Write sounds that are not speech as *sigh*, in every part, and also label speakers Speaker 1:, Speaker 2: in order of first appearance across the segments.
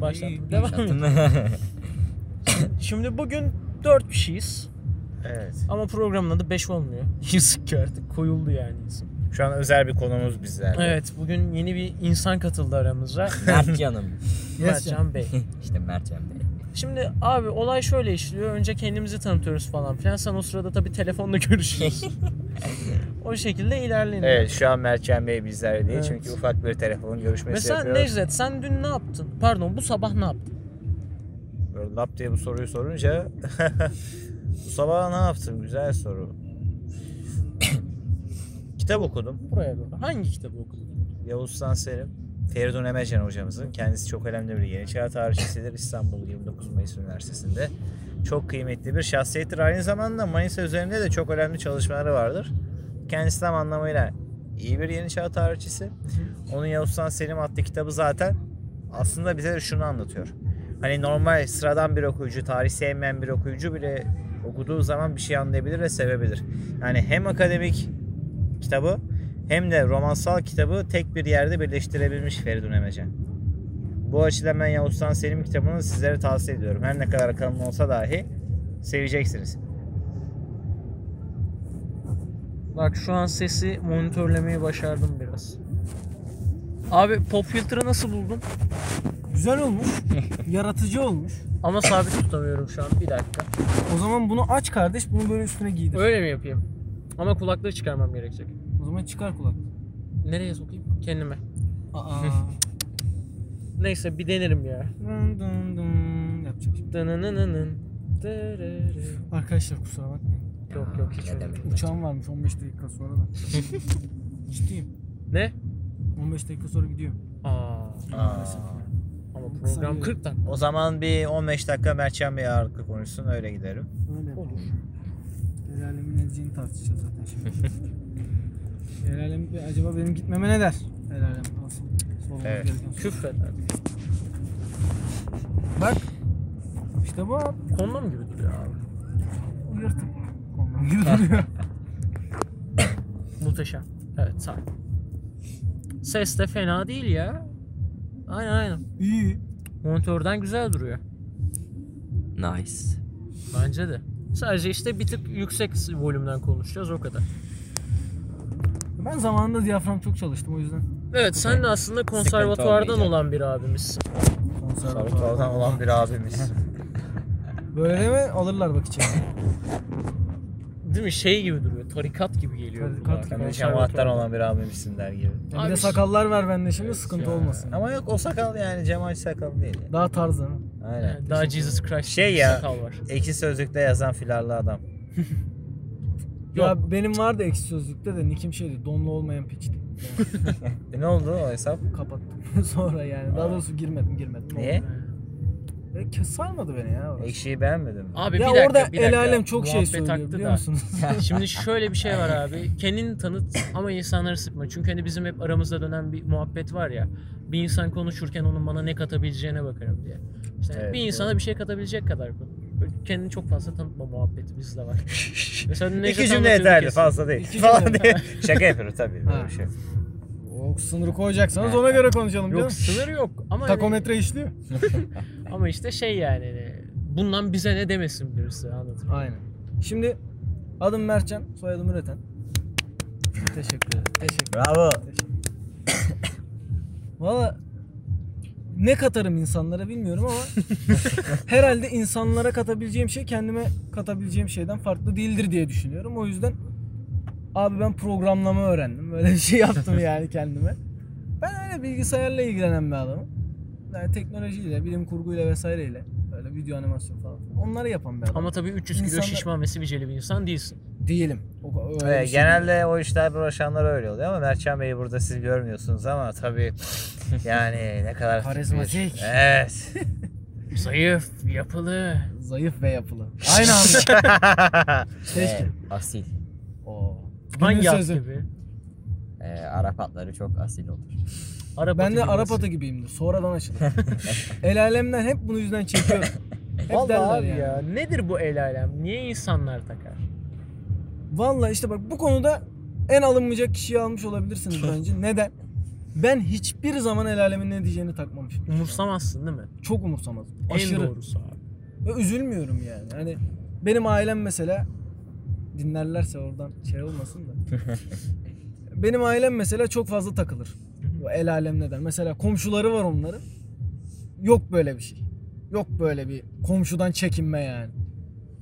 Speaker 1: *laughs*
Speaker 2: anlattım.
Speaker 1: Şimdi bugün 4 kişiyiz.
Speaker 2: evet.
Speaker 1: Ama programın adı 5 olmuyor. *laughs* Yazık ki artık koyuldu yani isim.
Speaker 2: Şu an özel bir konumuz bizler.
Speaker 1: Evet bugün yeni bir insan katıldı
Speaker 2: *laughs*
Speaker 1: aramıza.
Speaker 3: Mert canım.
Speaker 1: Mertcan Bey.
Speaker 3: İşte Mert Can Bey.
Speaker 1: Şimdi abi olay şöyle işliyor. Önce kendimizi tanıtıyoruz falan filan. Sen o sırada tabii telefonla *laughs*
Speaker 2: *laughs*
Speaker 1: görüşüyorsun. o şekilde ilerleniyor.
Speaker 2: Evet şu an Mertcan Bey bizler değil
Speaker 1: Evet.
Speaker 2: çünkü ufak bir telefon görüşmesi
Speaker 1: Mesela
Speaker 2: yapıyoruz.
Speaker 1: Necdet sen dün ne yaptın? Pardon bu sabah ne yaptın?
Speaker 2: Böyle lap diye bu soruyu sorunca *laughs* bu sabah ne yaptım?
Speaker 3: *laughs*
Speaker 2: Güzel soru. Kitap okudum.
Speaker 1: Buraya doğru. Hangi kitabı okudun?
Speaker 2: Yavuz Sanserim. Feridun Emecan hocamızın. Kendisi çok önemli bir yeni çağ tarihçisidir. İstanbul 29 Mayıs Üniversitesi'nde. Çok kıymetli bir şahsiyettir. Aynı zamanda Manisa üzerinde de çok önemli çalışmaları vardır. Kendisi tam anlamıyla iyi bir yeni çağ tarihçisi. Onun Yavuz Sanserim adlı kitabı zaten aslında bize de şunu anlatıyor. Hani normal sıradan bir okuyucu, tarih sevmeyen bir okuyucu bile okuduğu zaman bir şey anlayabilir ve sevebilir. Yani hem akademik kitabı hem de romansal kitabı tek bir yerde birleştirebilmiş Feridun Emecen. Bu açıdan ben Yavuz Sultan Selim kitabını sizlere tavsiye ediyorum. Her ne kadar kalın olsa dahi seveceksiniz.
Speaker 1: Bak şu an sesi monitörlemeyi başardım biraz. Abi pop filtre nasıl buldun?
Speaker 4: Güzel olmuş. Yaratıcı olmuş.
Speaker 1: Ama sabit tutamıyorum şu an. Bir dakika.
Speaker 4: O zaman bunu aç kardeş. Bunu böyle üstüne giydir.
Speaker 1: Öyle mi yapayım? Ama kulaklığı çıkarmam gerekecek.
Speaker 4: O zaman çıkar kulak.
Speaker 1: Nereye sokayım? Kendime.
Speaker 4: Aa.
Speaker 1: Neyse bir denerim ya.
Speaker 4: dın dın dın yapacak şimdi.
Speaker 1: Dınınınının. Dırırı.
Speaker 4: Arkadaşlar kusura bakmayın.
Speaker 1: Yok yok hiç öyle. değil.
Speaker 4: Uçağım varmış 15 dakika sonra da. Ciddiyim.
Speaker 1: Ne?
Speaker 4: 15 dakika sonra gidiyorum.
Speaker 1: Aa.
Speaker 4: Maalesef.
Speaker 1: Ama program
Speaker 4: Sanıyorum.
Speaker 1: 40 dakika.
Speaker 2: O zaman bir 15 dakika Mertcan Bey ağırlıklı konuşsun öyle giderim.
Speaker 4: Öyle.
Speaker 1: Olur.
Speaker 4: El alemin edeceğini tartışacağız zaten şimdi. El alem bir- acaba benim gitmeme ne der? El alem nasıl? Sormamız
Speaker 2: Evet.
Speaker 4: gereken soru.
Speaker 1: Küfreder.
Speaker 4: Bak. İşte bu abi.
Speaker 1: Kondom gibi duruyor abi.
Speaker 4: Yırtık. Kondom gibi duruyor.
Speaker 1: Muhteşem. Evet sağ ol. Ses de fena değil ya. Aynen aynen.
Speaker 4: İyi.
Speaker 1: Monitörden güzel duruyor.
Speaker 3: Nice.
Speaker 1: Bence de. Sadece işte bir tık yüksek volümden konuşacağız o kadar.
Speaker 4: Ben zamanında diyafram çok çalıştım o yüzden.
Speaker 1: Evet sen de aslında konservatuvardan
Speaker 3: olmayacak.
Speaker 1: olan bir abimizsin.
Speaker 2: Savutova'dan olan
Speaker 1: *laughs*
Speaker 2: bir abimiz.
Speaker 4: Böyle deme alırlar bak içeri.
Speaker 1: Değil mi? Şey gibi duruyor. Tarikat gibi geliyor.
Speaker 4: Tarikat
Speaker 1: kulağa.
Speaker 4: gibi.
Speaker 2: Hem de
Speaker 1: Konservatuvar.
Speaker 2: cemaattan olan bir abimizsin der gibi.
Speaker 4: Ya
Speaker 1: Abi
Speaker 4: bir de
Speaker 1: ş-
Speaker 4: sakallar ver bende şimdi sıkıntı olmasın.
Speaker 2: Ama yok o sakal yani cemaat sakalı değil. yani.
Speaker 4: Daha tarzı.
Speaker 2: Aynen.
Speaker 1: Evet, Daha Jesus Christ
Speaker 2: Şey
Speaker 1: gibi bir
Speaker 2: ya-
Speaker 1: sakal var.
Speaker 2: Ekşi sözlükte yazan filarlı adam.
Speaker 4: Ya benim vardı ekşi sözlükte de nikim şeydi donlu olmayan piçti.
Speaker 2: E ne oldu o hesap?
Speaker 4: Kapattım *laughs* sonra yani. Daha doğrusu girmedim girmedim.
Speaker 2: Niye?
Speaker 4: E, kes- sarmadı beni ya. orası.
Speaker 2: Ekşiyi beğenmedin mi?
Speaker 1: Abi bir
Speaker 4: ya
Speaker 1: dakika,
Speaker 4: orada
Speaker 1: bir dakika.
Speaker 4: el alem çok şey
Speaker 1: Muhabbet
Speaker 4: söylüyor
Speaker 1: aktı
Speaker 4: biliyor
Speaker 1: da.
Speaker 4: *laughs* musunuz?
Speaker 2: *laughs*
Speaker 1: Şimdi şöyle bir şey var abi. Kendini tanıt ama insanları sıkma. Çünkü hani bizim hep aramızda dönen bir muhabbet var ya. Bir insan konuşurken onun bana ne katabileceğine bakarım diye. İşte hani
Speaker 2: Evet,
Speaker 1: bir
Speaker 2: doğru.
Speaker 1: insana bir şey katabilecek kadar bu. Böyle Kendini çok fazla tanıtma muhabbeti bizde var. Mesela Necdet
Speaker 2: İki cümle
Speaker 1: anlatıyordu
Speaker 2: yeterli
Speaker 1: kesin.
Speaker 2: fazla değil. *laughs*
Speaker 4: İki
Speaker 2: Falan
Speaker 4: cümle.
Speaker 2: diye. Şaka yapıyorum tabii böyle
Speaker 4: Ha.
Speaker 2: bir şey.
Speaker 4: o sınırı koyacaksanız ona göre konuşalım canım.
Speaker 1: *laughs* Yok sınır yok *laughs* ama hani-
Speaker 4: Takometre işliyor.
Speaker 1: ama işte şey yani hani, bundan bize ne demesin birisi anladın. mı?
Speaker 4: *laughs* Aynen. Şimdi adım Mertcan, soyadım Üreten. Teşekkür ederim. Teşekkür
Speaker 2: Bravo.
Speaker 4: Valla ne katarım insanlara bilmiyorum ama herhalde insanlara katabileceğim şey kendime katabileceğim şeyden farklı değildir diye düşünüyorum. O yüzden abi ben programlama öğrendim. Böyle bir şey yaptım yani kendime. Ben öyle bilgisayarla ilgilenen bir adamım. Yani teknolojiyle, bilim kurguyla vesaireyle böyle video animasyon falan. Onları yapan bir adam.
Speaker 1: Ama tabii 300 kilo
Speaker 4: İnsanlar-
Speaker 1: şişman ve sivilceli bir insan değilsin.
Speaker 4: Değilim. O, öyle
Speaker 2: Evet,
Speaker 4: bir şey değil.
Speaker 2: Ee, genelde o işler uğraşanlar öyle oluyor ama Mertcan Bey'i burada siz görmüyorsunuz ama
Speaker 4: *laughs*
Speaker 2: tabii yani ne kadar...
Speaker 4: Karizmatik.
Speaker 2: *laughs* Evet.
Speaker 1: Zayıf, yapılı.
Speaker 4: Zayıf ve yapılı. Aynı
Speaker 2: *laughs*
Speaker 4: anda. Keşke.
Speaker 3: Ee, asil.
Speaker 4: Oo. Günün
Speaker 1: Hangi at
Speaker 4: sözü.
Speaker 1: gibi?
Speaker 3: Ee, Arap atları çok asil olur.
Speaker 1: Arap
Speaker 4: Ben de
Speaker 1: gibi
Speaker 4: Arap
Speaker 1: misin?
Speaker 4: atı gibiyimdir. Sonradan açılır. *laughs* El alemden hep bunu yüzden çekiyorum. Hep
Speaker 1: Vallahi
Speaker 4: derler
Speaker 1: abi
Speaker 4: yani.
Speaker 1: ya. Nedir bu el alem? Niye insanlar takar?
Speaker 4: Vallahi işte bak bu konuda en alınmayacak kişiyi almış olabilirsiniz bence. Neden? Ben hiçbir zaman el alemin ne diyeceğini takmamışım.
Speaker 1: Umursamazsın değil mi?
Speaker 4: Çok umursamazım.
Speaker 1: En
Speaker 4: Aşırı.
Speaker 1: doğrusu abi.
Speaker 4: Ve üzülmüyorum yani. Hani benim ailem mesela dinlerlerse oradan şey olmasın da. benim ailem mesela çok fazla takılır. Bu El alem ne der? Mesela komşuları var onların. Yok böyle bir şey. Yok böyle bir komşudan çekinme yani.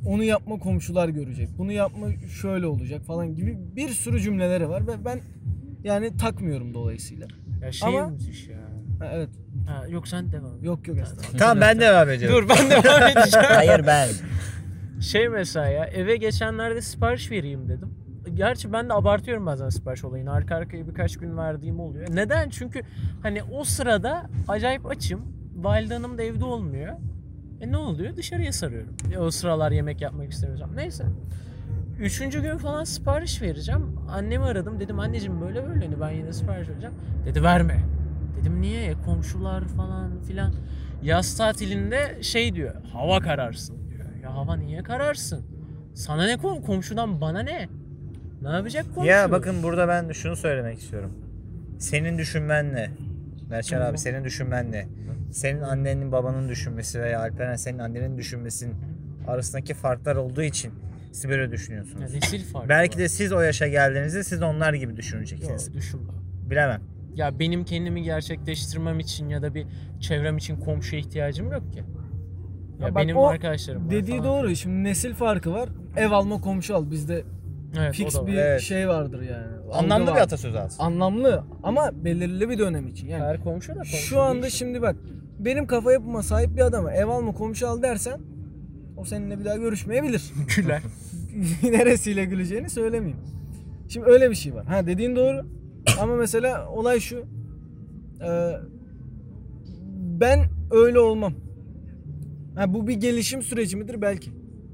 Speaker 4: Onu yapma komşular görecek. Bunu yapma şöyle olacak falan gibi bir sürü cümleleri var ve ben yani takmıyorum dolayısıyla.
Speaker 1: Ya şey
Speaker 4: Ama-
Speaker 1: müthiş ya.
Speaker 4: Ha, evet.
Speaker 1: Ha, yok sen devam et.
Speaker 4: Yok yok estağfurullah.
Speaker 2: Tamam ben devam ediyorum.
Speaker 1: Dur ben *laughs* devam edeceğim.
Speaker 3: *laughs* Hayır ben.
Speaker 1: Şey mesela ya eve geçenlerde sipariş vereyim dedim. Gerçi ben de abartıyorum bazen sipariş olayını. Arka arkaya birkaç gün verdiğim oluyor. Neden? Çünkü hani o sırada acayip açım. Valide Hanım da evde olmuyor. E ne oluyor? Dışarıya sarıyorum. E o sıralar yemek yapmak istemiyorum. Neyse. Üçüncü gün falan sipariş vereceğim. Annemi aradım. Dedim anneciğim böyle böyle hani ben yine sipariş vereceğim. Dedi verme. Dedim niye? E, Komşular falan filan. Yaz tatilinde şey diyor. Hava kararsın diyor. Ya hava niye kararsın? Sana ne kom komşudan bana ne? Ne yapacak komşu?
Speaker 2: Ya bakın burada ben şunu söylemek istiyorum. Senin düşünmenle, Mertcan
Speaker 1: Tamam.
Speaker 2: abi senin düşünmenle, senin annenin babanın düşünmesi veya Alperen senin annenin düşünmesinin arasındaki farklar olduğu için siz böyle
Speaker 1: Ya
Speaker 2: düşünüyorsunuz.
Speaker 1: nesil farkı
Speaker 2: Belki
Speaker 1: var.
Speaker 2: de siz o yaşa geldiğinizde siz onlar gibi düşüneceksiniz.
Speaker 1: Yok, düşünme.
Speaker 2: Bilemem.
Speaker 1: Ya benim kendimi gerçekleştirmem için ya da bir çevrem için komşuya ihtiyacım yok ki. Ya,
Speaker 4: Ya bak
Speaker 1: benim
Speaker 4: o
Speaker 1: arkadaşlarım var
Speaker 4: Dediği
Speaker 1: falan.
Speaker 4: doğru. Şimdi nesil farkı var. Ev alma komşu al. Bizde
Speaker 1: Evet,
Speaker 4: fix
Speaker 1: o da var.
Speaker 4: bir
Speaker 2: Evet.
Speaker 4: şey vardır yani. Algı
Speaker 2: Anlamlı bir
Speaker 4: var.
Speaker 2: atasözü aslında.
Speaker 4: Anlamlı ama belirli bir dönem için. Yani
Speaker 1: Her komşu da komşu.
Speaker 4: şu
Speaker 1: değil. *laughs*
Speaker 4: anda şimdi bak benim kafa yapıma sahip bir adama ev alma komşu al dersen o seninle bir daha görüşmeyebilir.
Speaker 1: güler.
Speaker 4: *laughs* Neresiyle güleceğini söylemeyeyim. Şimdi öyle bir şey var. Ha dediğin doğru. *coughs* ama mesela olay şu. Ee, ben öyle olmam. Ha, bu bir gelişim süreci midir belki.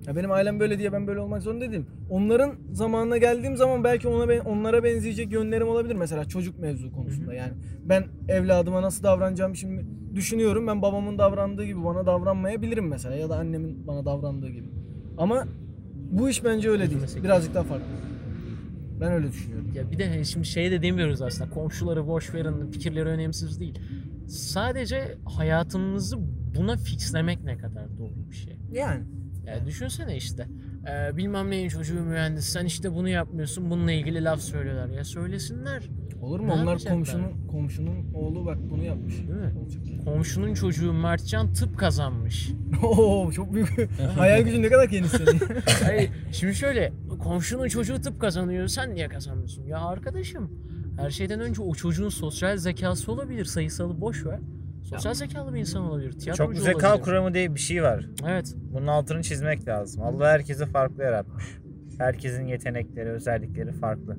Speaker 4: Ya benim ailem böyle diye ben böyle olmak zorunda değilim. Onların zamanına geldiğim zaman belki ona ben- onlara benzeyecek yönlerim olabilir mesela çocuk mevzu konusunda. Yani ben evladıma nasıl davranacağım şimdi düşünüyorum. Ben babamın davrandığı gibi bana davranmayabilirim mesela ya da annemin bana davrandığı gibi. Ama bu iş bence öyle değil.
Speaker 1: Mesela-
Speaker 4: Birazcık daha farklı. Ben öyle düşünüyorum.
Speaker 1: Ya bir de hani şimdi şey de demiyoruz aslında. Komşuları boş verin, fikirleri önemsiz değil. Sadece hayatımızı buna fixlemek ne kadar doğru bir şey.
Speaker 4: Yani
Speaker 1: Ya düşünsene işte. Ee, bilmem neyin çocuğu mühendis. Sen işte bunu yapmıyorsun. Bununla ilgili laf söylüyorlar. Ya söylesinler.
Speaker 4: olur
Speaker 1: Ne
Speaker 4: mu? Onlar
Speaker 1: yapacaklar?
Speaker 4: komşunun komşunun oğlu bak bunu yapmış.
Speaker 1: Değil mi?
Speaker 4: Olacak. *laughs*
Speaker 1: Komşunun çocuğu Mertcan tıp kazanmış.
Speaker 4: Oo
Speaker 1: *laughs*
Speaker 4: çok büyük. Hayal gücün ne kadar geniş senin. *laughs*
Speaker 1: Hayır, şimdi şöyle komşunun çocuğu tıp kazanıyor sen niye kazanmıyorsun? Ya arkadaşım her şeyden önce o çocuğun sosyal zekası olabilir sayısalı boş ver. Sosyal zekalı bir insan olabilir. Tiyatrocu
Speaker 2: Çok zeka
Speaker 1: olabilir.
Speaker 2: kuramı diye bir şey var.
Speaker 1: Evet.
Speaker 2: Bunun altını çizmek lazım. Allah herkesi farklı yaratmış. Herkesin yetenekleri, özellikleri farklı.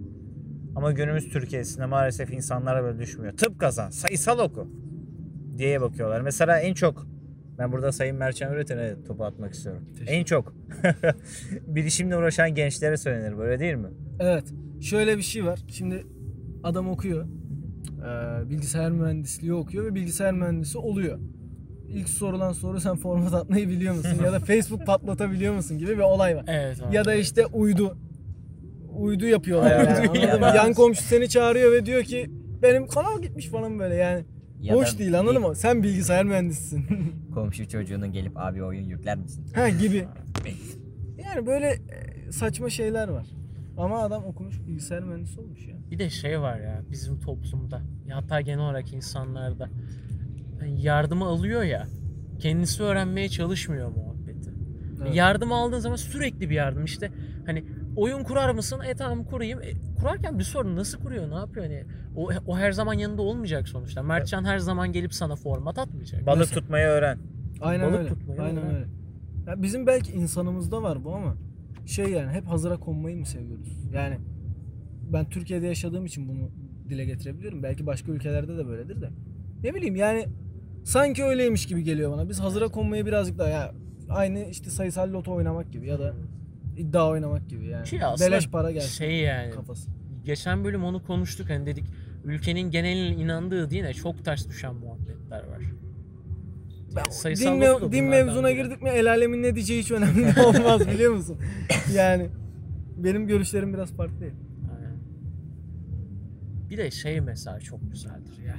Speaker 2: Ama günümüz Türkiye'sinde maalesef insanlara böyle düşmüyor. Tıp kazan, sayısal oku diye bakıyorlar. Mesela en çok ben burada Sayın Mercan Üreten'e topu atmak istiyorum. En çok *laughs* bilişimle uğraşan gençlere söylenir böyle değil mi?
Speaker 4: Evet. Şöyle bir şey var. Şimdi adam okuyor. Ee, bilgisayar mühendisliği okuyor ve bilgisayar mühendisi oluyor. İlk sorulan soru sen format atmayı biliyor musun?
Speaker 1: *laughs*
Speaker 4: ya da Facebook patlatabiliyor musun gibi bir olay var.
Speaker 1: Evet. abi.
Speaker 4: Ya da işte uydu. Uydu yapıyorlar yani.
Speaker 2: Uydu
Speaker 4: anladın mı?
Speaker 3: ya.
Speaker 4: Yan komşu seni çağırıyor ve diyor ki benim kanal gitmiş falan böyle yani.
Speaker 3: Ya
Speaker 4: Boş
Speaker 3: da
Speaker 4: değil anladın mı? Sen bilgisayar mühendisisin. *laughs*
Speaker 3: Komşu çocuğunun gelip abi oyun yükler misin?
Speaker 4: ha gibi. Yani böyle e, saçma şeyler var. Ama adam okumuş bilgisayar mühendisi olmuş ya.
Speaker 1: Bir de şey var ya bizim toplumda ya hatta genel olarak insanlarda yani yardımı alıyor ya kendisi öğrenmeye çalışmıyor muhabbeti.
Speaker 4: Evet.
Speaker 1: Yardım aldığın zaman sürekli bir yardım işte hani oyun kurar mısın? E tamam kurayım. E, kurarken bir sorun nasıl kuruyor ne yapıyor hani o, o her zaman yanında olmayacak sonuçta. Mertcan her zaman gelip sana format atmayacak.
Speaker 2: Balık tutmayı öğren.
Speaker 4: Aynen
Speaker 1: Balık
Speaker 4: öyle.
Speaker 1: tutmayı
Speaker 4: Aynen
Speaker 1: öğren.
Speaker 4: öyle. Ya bizim belki insanımızda var bu ama şey yani hep hazıra konmayı mı seviyoruz? Yani ben Türkiye'de yaşadığım için bunu dile getirebiliyorum. Belki başka ülkelerde de böyledir de. Ne bileyim yani sanki öyleymiş gibi geliyor bana. Biz hazıra konmayı birazcık daha ya aynı işte sayısal loto oynamak gibi ya da iddia oynamak gibi yani.
Speaker 1: Ki aslında
Speaker 4: Beleş para gelsin
Speaker 1: şey yani
Speaker 4: kafası.
Speaker 1: geçen bölüm onu konuştuk hani dedik ülkenin genelinin inandığı dine çok ters düşen muhabbetler var. Yani sayısal
Speaker 4: din,
Speaker 1: loto da
Speaker 4: mev- din
Speaker 1: bunlardan
Speaker 4: mevzuna
Speaker 1: biri.
Speaker 4: girdik mi el alemin ne diyeceği hiç önemli *laughs* olmaz biliyor musun? Yani benim görüşlerim biraz farklı.
Speaker 1: Aynen. Bir de şey mesela çok güzeldir ya.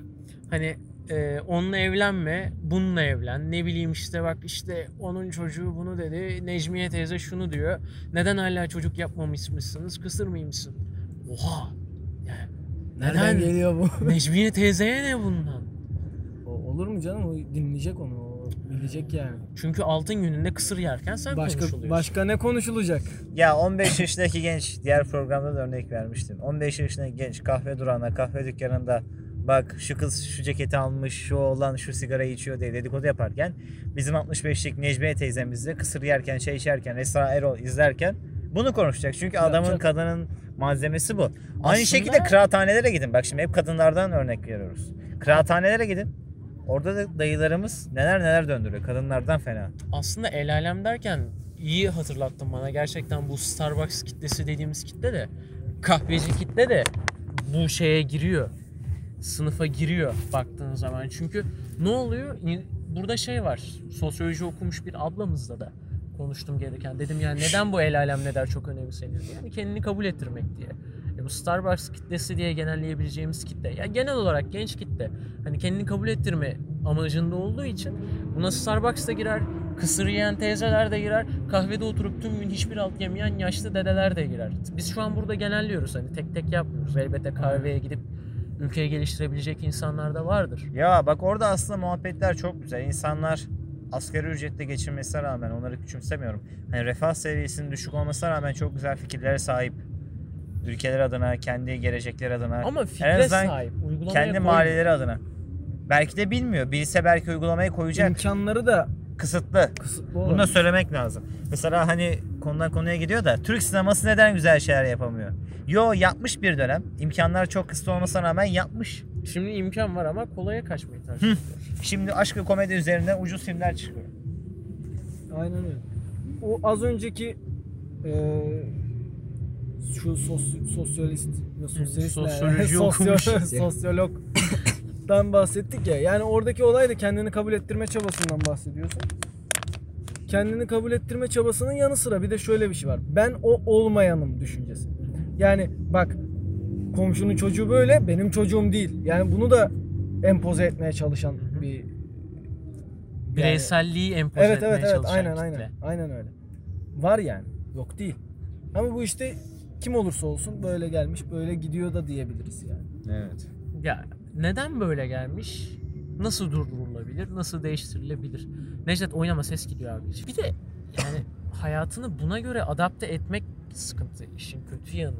Speaker 1: Hani e, onunla evlenme, bununla evlen. Ne bileyim işte bak işte onun çocuğu bunu dedi. Necmiye teyze şunu diyor. Neden hala çocuk yapmamışsınız? Kısır mıymışsın? Oha! Yani
Speaker 4: Nereden
Speaker 1: neden?
Speaker 4: geliyor bu?
Speaker 1: Necmiye teyzeye ne bundan?
Speaker 4: O- Olur mu canım? O dinleyecek onu. O bilecek yani.
Speaker 1: Çünkü altın gününde kısır yerken sen konuşuluyorsun.
Speaker 4: Başka başka ne konuşulacak?
Speaker 2: Ya 15 yaşındaki genç diğer programda da örnek vermiştim. 15 yaşındaki genç kahve durağına, kahve dükkanında bak şu kız şu ceketi almış, şu oğlan şu sigarayı içiyor diye dedikodu yaparken bizim 65'lik Necmiye teyzemiz de kısır yerken, şey içerken, Esra Erol izlerken bunu konuşacak. Çünkü adamın
Speaker 4: Yapacak.
Speaker 2: kadının malzemesi bu.
Speaker 1: Aslında-
Speaker 2: Aynı şekilde kıraathanelere gidin. Bak şimdi hep kadınlardan örnek veriyoruz. Kıraathanelere gidin. Orada da dayılarımız neler neler döndürüyor. Kadınlardan fena.
Speaker 1: aslında el alem derken iyi hatırlattın bana. Gerçekten bu Starbucks kitlesi dediğimiz kitle de kahveci kitle de bu şeye giriyor. Sınıfa giriyor baktığın zaman. Çünkü ne oluyor? İn- Burada şey var. Sosyoloji okumuş bir ablamızla da konuştum gelirken. Dedim yani neden bu el alem ne der çok önemseniyor diye. Yani kendini kabul ettirmek diye. E bu Starbucks kitlesi diye genelleyebileceğimiz kitle. Ya genel olarak genç kitle. Hani kendini kabul ettirme amacında olduğu için buna Starbucks da girer, kısır yiyen teyzeler de girer, kahvede oturup tüm gün hiçbir alt yemeyen yaşlı dedeler de girer. Biz şu an burada genelliyoruz hani tek tek yapmıyoruz. Elbette kahveye gidip ülkeyi geliştirebilecek insanlar da vardır.
Speaker 2: Ya bak orada aslında muhabbetler çok güzel. İnsanlar asgari ücretle geçinmesine rağmen onları küçümsemiyorum. Hani refah seviyesinin düşük olmasına rağmen çok güzel fikirlere sahip. Ülkeler adına, kendi gelecekleri adına,
Speaker 1: Ama
Speaker 2: En
Speaker 1: fikre
Speaker 2: azından
Speaker 1: sahip, uygulamaya
Speaker 2: kendi
Speaker 1: koy-
Speaker 2: mahalleleri adına. Belki de bilmiyor. Bilse belki uygulamaya koyacak.
Speaker 4: İmkanları da
Speaker 2: Kısıtlı.
Speaker 4: kısıtlı
Speaker 2: Bunu da
Speaker 4: olarak.
Speaker 2: söylemek lazım. Mesela hani konudan konuya gidiyor da Türk sineması neden güzel şeyler yapamıyor? Yo yapmış bir dönem. İmkanlar çok kısıtlı olmasına rağmen yapmış.
Speaker 1: Şimdi imkan var ama kolaya kaçmayı tercih ediyor.
Speaker 2: Şimdi aşk ve komedi üzerinden ucuz filmler çıkıyor.
Speaker 4: Aynen öyle. O az önceki eee şu sos, sosyalist ve sosyalist *laughs*
Speaker 1: Sosyoloji okumuş.
Speaker 4: sosyologdan bahsettik ya. Yani oradaki olay da kendini kabul ettirme çabasından bahsediyorsun. Kendini kabul ettirme çabasının yanı sıra bir de şöyle bir şey var. Ben o olmayanım düşüncesi. Yani bak komşunun çocuğu böyle benim çocuğum değil. Yani bunu da empoze etmeye çalışan
Speaker 1: hı.
Speaker 4: bir
Speaker 1: Bireyselliği empoze
Speaker 4: Evet
Speaker 1: etmeye
Speaker 4: evet evet
Speaker 1: çalışan
Speaker 4: aynen
Speaker 1: kitle.
Speaker 4: aynen. Aynen öyle. Var yani. Yok değil. Ama bu işte kim olursa olsun böyle gelmiş böyle gidiyor da diyebiliriz yani.
Speaker 2: Evet.
Speaker 1: Ya neden böyle gelmiş? Nasıl durdurulabilir? Nasıl değiştirilebilir? Necdet oynama ses gidiyor abi. Bir de yani hayatını buna göre adapte etmek sıkıntı. işin kötü yanı.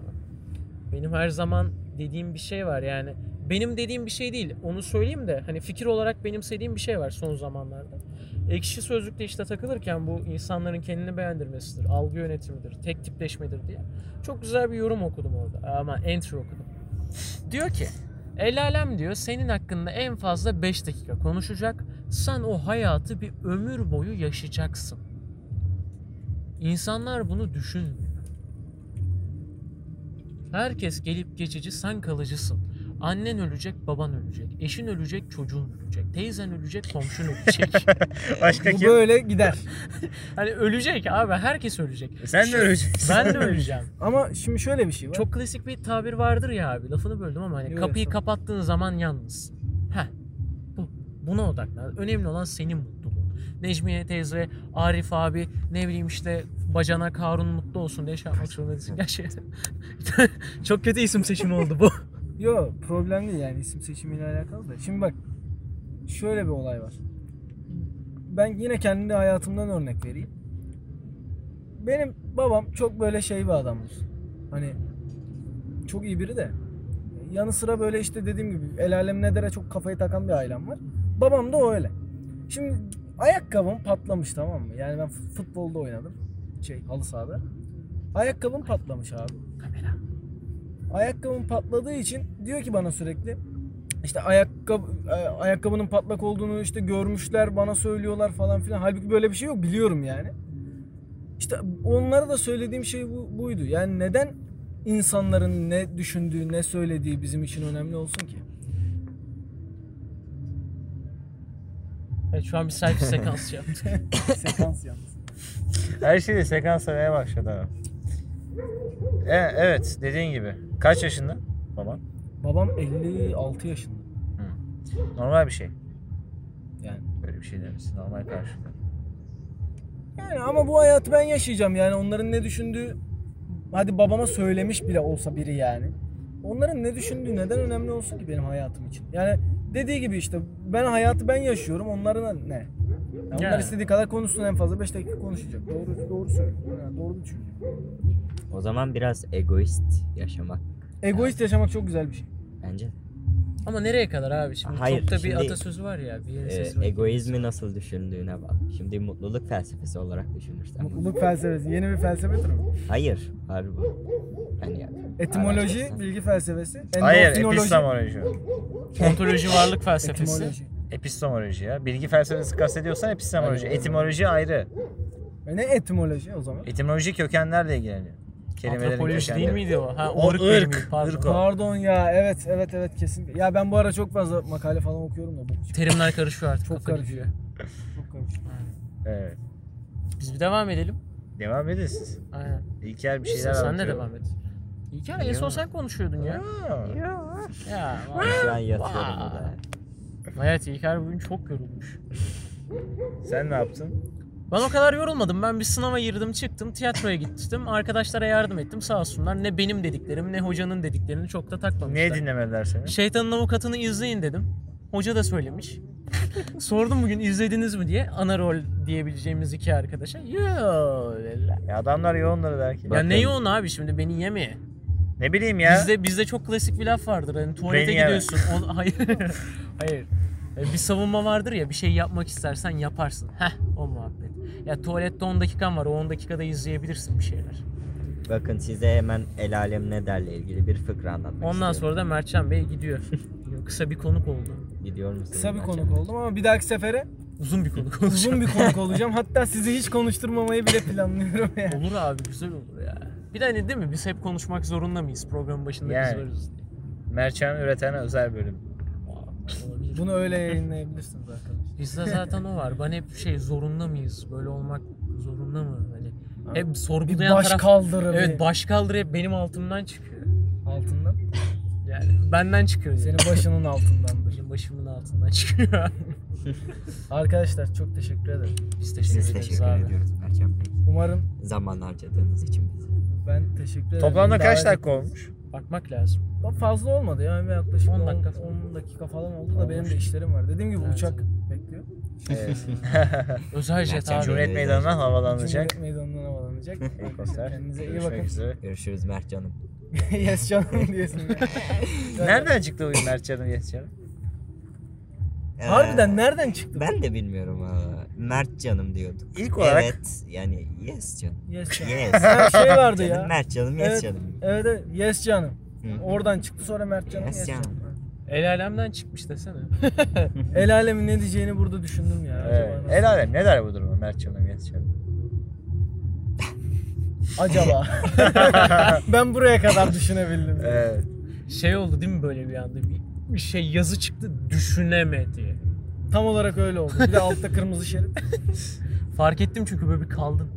Speaker 1: Benim her zaman dediğim bir şey var yani. Benim dediğim bir şey değil. Onu söyleyeyim de hani fikir olarak benimsediğim bir şey var son zamanlarda. Ekşi sözlükte işte takılırken bu insanların kendini beğendirmesidir, algı yönetimidir, tek tipleşmedir diye. Çok güzel bir yorum okudum orada ama entry okudum. Diyor ki El alem diyor senin hakkında en fazla 5 dakika konuşacak. Sen o hayatı bir ömür boyu yaşayacaksın. İnsanlar bunu düşünmüyor. Herkes gelip geçici sen kalıcısın. Annen ölecek, baban ölecek, eşin ölecek, çocuğun ölecek, teyzen ölecek, komşun
Speaker 2: *laughs*
Speaker 1: ölecek.
Speaker 2: Başka
Speaker 4: Bu
Speaker 2: kim?
Speaker 4: böyle gider.
Speaker 1: hani ölecek abi herkes ölecek.
Speaker 2: Sen de öleceksin.
Speaker 1: Ben de öleceğim.
Speaker 4: Ama şimdi şöyle bir şey var.
Speaker 1: Çok klasik bir tabir vardır ya abi lafını böldüm ama hani
Speaker 4: Yok,
Speaker 1: kapıyı
Speaker 4: estağfurullah.
Speaker 1: kapattığın zaman yalnız. Heh. Bu, buna odaklan. Önemli olan senin mutluluğun. Necmiye teyze, Arif abi, ne bileyim işte bacana Karun mutlu olsun diye şey yapmak zorunda değilsin. Gerçekten. *laughs* Çok kötü isim seçimi oldu bu.
Speaker 4: Yo problem değil yani isim seçimiyle alakalı da. Şimdi bak şöyle bir olay var. Ben yine kendi hayatımdan örnek vereyim. Benim babam çok böyle şey bir adamdır. Hani çok iyi biri de. Yanı sıra böyle işte dediğim gibi el alem ne dere çok kafayı takan bir ailem var. Babam da öyle. Şimdi ayakkabım patlamış tamam mı? Yani ben fut- futbolda oynadım. Şey halı sahada. Ayakkabım patlamış abi.
Speaker 1: Kamera.
Speaker 4: Ayakkabım patladığı için diyor ki bana sürekli işte ayakkabı ayakkabının patlak olduğunu işte görmüşler bana söylüyorlar falan filan. Halbuki böyle bir şey yok biliyorum yani. İşte onlara da söylediğim şey bu, buydu. Yani neden insanların ne düşündüğü, ne söylediği bizim için önemli olsun ki?
Speaker 1: Evet şu an bir selfie sekansı yaptık.
Speaker 4: Sekans yalnız.
Speaker 2: Her şeyi sekans aramaya başladı abi. E, evet dediğin gibi. Kaç yaşında baban?
Speaker 4: Babam 56 yaşında.
Speaker 2: Normal bir şey.
Speaker 4: Yani.
Speaker 2: Böyle bir şey demesi normal karşılığı.
Speaker 4: Yani ama bu hayatı ben yaşayacağım yani onların ne düşündüğü hadi babama söylemiş bile olsa biri yani. Onların ne düşündüğü neden önemli olsun ki benim hayatım için? Yani dediği gibi işte ben hayatı ben yaşıyorum onlarına ne? Yani Onlar
Speaker 1: Yani.
Speaker 4: istediği kadar konuşsun en fazla 5 dakika konuşacak. Doğru doğru söylüyor. Yani doğru düşünüyor.
Speaker 3: O zaman biraz egoist yaşamak
Speaker 4: Egoist yaşamak çok güzel bir şey.
Speaker 3: bence.
Speaker 1: Ama nereye kadar abi şimdi?
Speaker 3: Hayır,
Speaker 1: Çok da bir
Speaker 3: şimdi-
Speaker 1: atasözü var ya. Bir yerin
Speaker 3: Ee,
Speaker 1: sesi var.
Speaker 3: egoizmi nasıl düşündüğüne bağlı. Şimdi mutluluk felsefesi olarak düşünürsen.
Speaker 4: Mutluluk felsefesi yeni bir felsefedir mi?
Speaker 3: Hayır. Harbi. Yani
Speaker 4: Etimoloji,
Speaker 3: araştırsan.
Speaker 4: bilgi felsefesi,
Speaker 2: Hayır,
Speaker 4: endorfinoloji,
Speaker 2: epistemoloji.
Speaker 1: Ontoloji varlık felsefesi.
Speaker 4: etimoloji.
Speaker 2: Epistemoloji ya. Bilgi felsefesi kastediyorsan epistemoloji.
Speaker 4: Aynen.
Speaker 2: Etimoloji ayrı.
Speaker 4: E Ne etimoloji o zaman?
Speaker 2: Etimoloji kökenlerle ilgileniyor. Kelimelerin
Speaker 1: Antropoloji
Speaker 2: kökenleri.
Speaker 1: değil miydi o? Ha,
Speaker 2: O
Speaker 1: ork
Speaker 2: ırk,
Speaker 1: birimi, pardon.
Speaker 2: ırk o.
Speaker 4: Pardon ya evet evet evet kesin. Ya ben bu ara çok fazla makale falan okuyorum da. bu çok-
Speaker 1: Terimler karışıyor artık.
Speaker 4: Çok
Speaker 1: kafa
Speaker 4: karışıyor.
Speaker 1: gidiyor.
Speaker 4: Çok karışık.
Speaker 2: Evet.
Speaker 1: Biz bir devam edelim.
Speaker 2: Devam edin siz.
Speaker 1: Aynen.
Speaker 2: İlker bir
Speaker 1: Sen,
Speaker 2: şeyler
Speaker 1: sen de
Speaker 2: anlatıyor.
Speaker 1: devam et. İlker en son sen konuşuyordun ya.
Speaker 2: Ha.
Speaker 1: Ya.
Speaker 3: Ben şu an yatıyorum
Speaker 1: Vay.
Speaker 3: burada.
Speaker 1: Hayat İlker bugün çok yorulmuş.
Speaker 2: Sen ne yaptın?
Speaker 1: Ben o kadar yorulmadım. Ben bir sınava girdim çıktım. Tiyatroya gittim. Arkadaşlara yardım ettim. Sağ olsunlar. Ne benim dediklerimi ne hocanın dediklerini çok da takmamışlar.
Speaker 2: Niye dinlemediler seni?
Speaker 1: Şeytanın avukatını izleyin dedim. Hoca da söylemiş. Sordum bugün izlediniz mi diye. Ana rol diyebileceğimiz iki arkadaşa. Yo dediler.
Speaker 2: Ya adamlar yoğunları belki.
Speaker 1: Ya
Speaker 3: Bakın.
Speaker 1: ne yoğun abi şimdi beni yemeye.
Speaker 2: Ne bileyim ya.
Speaker 1: Bizde bizde çok klasik bir laf vardır. Hani tuvalete
Speaker 2: Beni yeme.
Speaker 1: gidiyorsun.
Speaker 2: *laughs*
Speaker 1: O, hayır. hayır. E, Bir savunma vardır ya bir şey yapmak istersen yaparsın. Heh o muhabbet. Ya tuvalette 10 dakikan var. O 10 dakikada izleyebilirsin bir şeyler.
Speaker 3: Bakın size hemen el alem ne derle ilgili bir fıkra anlatmak
Speaker 1: Ondan
Speaker 3: istiyorum.
Speaker 1: sonra da Mertcan Bey
Speaker 2: *laughs*
Speaker 1: gidiyor. Kısa bir konuk oldu.
Speaker 3: Gidiyor musunuz?
Speaker 4: Kısa bir
Speaker 3: maça?
Speaker 4: konuk oldum ama bir dahaki sefere
Speaker 1: Uzun bir konuk oldu.
Speaker 4: uzun bir konuk olacağım. Hatta sizi hiç konuşturmamayı bile planlıyorum
Speaker 1: *laughs*
Speaker 4: yani.
Speaker 1: Olur abi güzel olur ya. Bir de hani değil mi biz hep konuşmak zorunda mıyız programın başında
Speaker 2: Yani.
Speaker 1: biz varız diye.
Speaker 2: Merçan üreten özel bölüm.
Speaker 1: Aa, olabilir.
Speaker 4: Bunu öyle yayınlayabilirsiniz arkadaşlar.
Speaker 1: Bizde zaten o var. Ben hep şey zorunda mıyız? Böyle olmak zorunda mı? Hani hep
Speaker 4: Bir
Speaker 1: sorgulayan
Speaker 4: baş
Speaker 1: taraf.
Speaker 4: kaldırı
Speaker 1: Evet
Speaker 4: bir
Speaker 1: baş kaldır hep benim altımdan çıkıyor.
Speaker 4: altından.
Speaker 1: Yani benden çıkıyor.
Speaker 4: Senin
Speaker 1: Senin
Speaker 4: başının altındandır.
Speaker 1: benim başımın altından çıkıyor. *laughs*
Speaker 4: Arkadaşlar çok teşekkür ederim.
Speaker 1: biz teşekkür
Speaker 3: Siz
Speaker 1: ederiz
Speaker 3: teşekkür
Speaker 1: abi.
Speaker 3: ediyoruz Mercan Bey.
Speaker 4: Umarım
Speaker 3: Zaman harcadığınız için bize.
Speaker 4: ben teşekkür ederim.
Speaker 2: Toplamda kaç
Speaker 4: Davet-
Speaker 2: dakika olmuş?
Speaker 1: Bakmak lazım.
Speaker 4: Fazla olmadı ya. Yani yaklaşık
Speaker 1: 10
Speaker 4: 10
Speaker 1: dakika
Speaker 4: dakika,
Speaker 1: falan.
Speaker 4: 10 dakika falan oldu da benim de işlerim var. Dediğim gibi
Speaker 1: Evet.
Speaker 4: uçak bekliyor.
Speaker 2: Evet.
Speaker 1: Özel jet
Speaker 3: Gerçekten
Speaker 1: abi.
Speaker 3: öyle.
Speaker 2: Cumhuriyet Meydanı'ndan havalanacak.
Speaker 4: Cumhuriyet Meydanı'ndan havalanacak. Arkadaşlar Kendinize iyi
Speaker 2: Görüşmek
Speaker 4: bakın.
Speaker 2: üzere.
Speaker 3: Görüşürüz Mertcan'ım.
Speaker 4: yes canım diyesin.
Speaker 2: Nereden çıktı bu Mertcan'ım Yetcan'ım?
Speaker 3: Ee,
Speaker 4: Harbiden nereden çıktı?
Speaker 3: Ben de bilmiyorum ha. Mert canım diyorduk.
Speaker 2: İlk olarak
Speaker 3: Evet yani yes canım.
Speaker 4: Yes canım.
Speaker 3: Yes.
Speaker 4: Ha, şey vardı
Speaker 3: canım,
Speaker 4: ya.
Speaker 3: Mert canım yes
Speaker 4: Evet.
Speaker 3: canım.
Speaker 4: Evet evet. Yes canım.
Speaker 3: Hı.
Speaker 4: Oradan çıktı sonra Mert canım.
Speaker 3: Yes
Speaker 4: Yes canım.
Speaker 3: canım.
Speaker 1: El alemden çıkmış desene. *laughs*
Speaker 4: El alemin ne diyeceğini burada düşündüm ya.
Speaker 2: Evet.
Speaker 4: Acaba
Speaker 2: El alem ne der bu duruma Mertcan'ım Yetcan'ım?
Speaker 4: nasıl- Acaba.
Speaker 1: *laughs*
Speaker 4: *laughs* ben buraya kadar düşünebildim.
Speaker 2: Evet.
Speaker 1: Şey oldu değil mi böyle bir anda? Bir, bir şey yazı çıktı düşünemedi.
Speaker 4: Tam olarak öyle oldu. Bir de altta kırmızı şerit.
Speaker 1: Fark ettim çünkü böyle bir kaldım.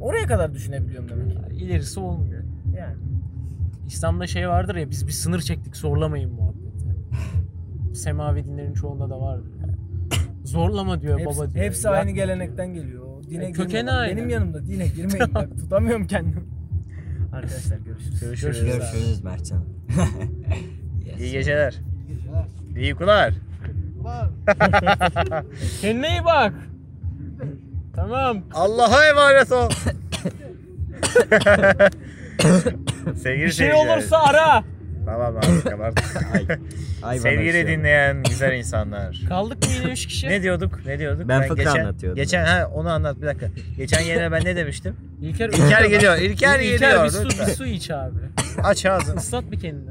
Speaker 4: Oraya kadar düşünebiliyorum demek ki.
Speaker 1: İlerisi olmuyor.
Speaker 4: Yani.
Speaker 1: İslam'da şey vardır ya biz bir sınır çektik zorlamayın
Speaker 4: *laughs*
Speaker 1: muhabbeti. Semavi dinlerin çoğunda da vardır yani. Zorlama diyor baba
Speaker 4: Hepsi,
Speaker 1: diyor.
Speaker 4: hepsi
Speaker 1: Yakma
Speaker 4: aynı
Speaker 1: diyor.
Speaker 4: gelenekten geliyor. O Dine
Speaker 1: E, kökeni
Speaker 4: girme bak.
Speaker 1: aynı.
Speaker 4: Benim yanımda dine girmeyin bak. Tutamıyorum kendimi. Arkadaşlar görüşürüz.
Speaker 2: Görüşürüz.
Speaker 3: Görüşürüz Mert canım. *laughs* yes.
Speaker 2: İyi geceler. İyi uykular.
Speaker 1: Kendine iyi bak. tamam.
Speaker 2: Allah'a emanet ol. Sevgili
Speaker 1: Bir şey
Speaker 2: seyirciler.
Speaker 1: olursa ara.
Speaker 2: Tamam abi kabarttık.
Speaker 3: Ay, ay bana şey
Speaker 2: Sevgili
Speaker 3: üşüyorum.
Speaker 2: dinleyen güzel insanlar.
Speaker 1: Kaldık mı yine üç kişi?
Speaker 2: Ne diyorduk? Ne diyorduk?
Speaker 3: Ben fıkra
Speaker 2: geçen,
Speaker 3: anlatıyordum.
Speaker 2: Geçen ha onu anlat bir dakika. Geçen yayına ben ne demiştim?
Speaker 1: İlker,
Speaker 2: İlker geliyor.
Speaker 1: İlker
Speaker 2: İlker geliyor.
Speaker 1: bir su, bir
Speaker 2: lütfen.
Speaker 1: su iç abi.
Speaker 2: Aç ağzını.
Speaker 1: Islat bir kendini.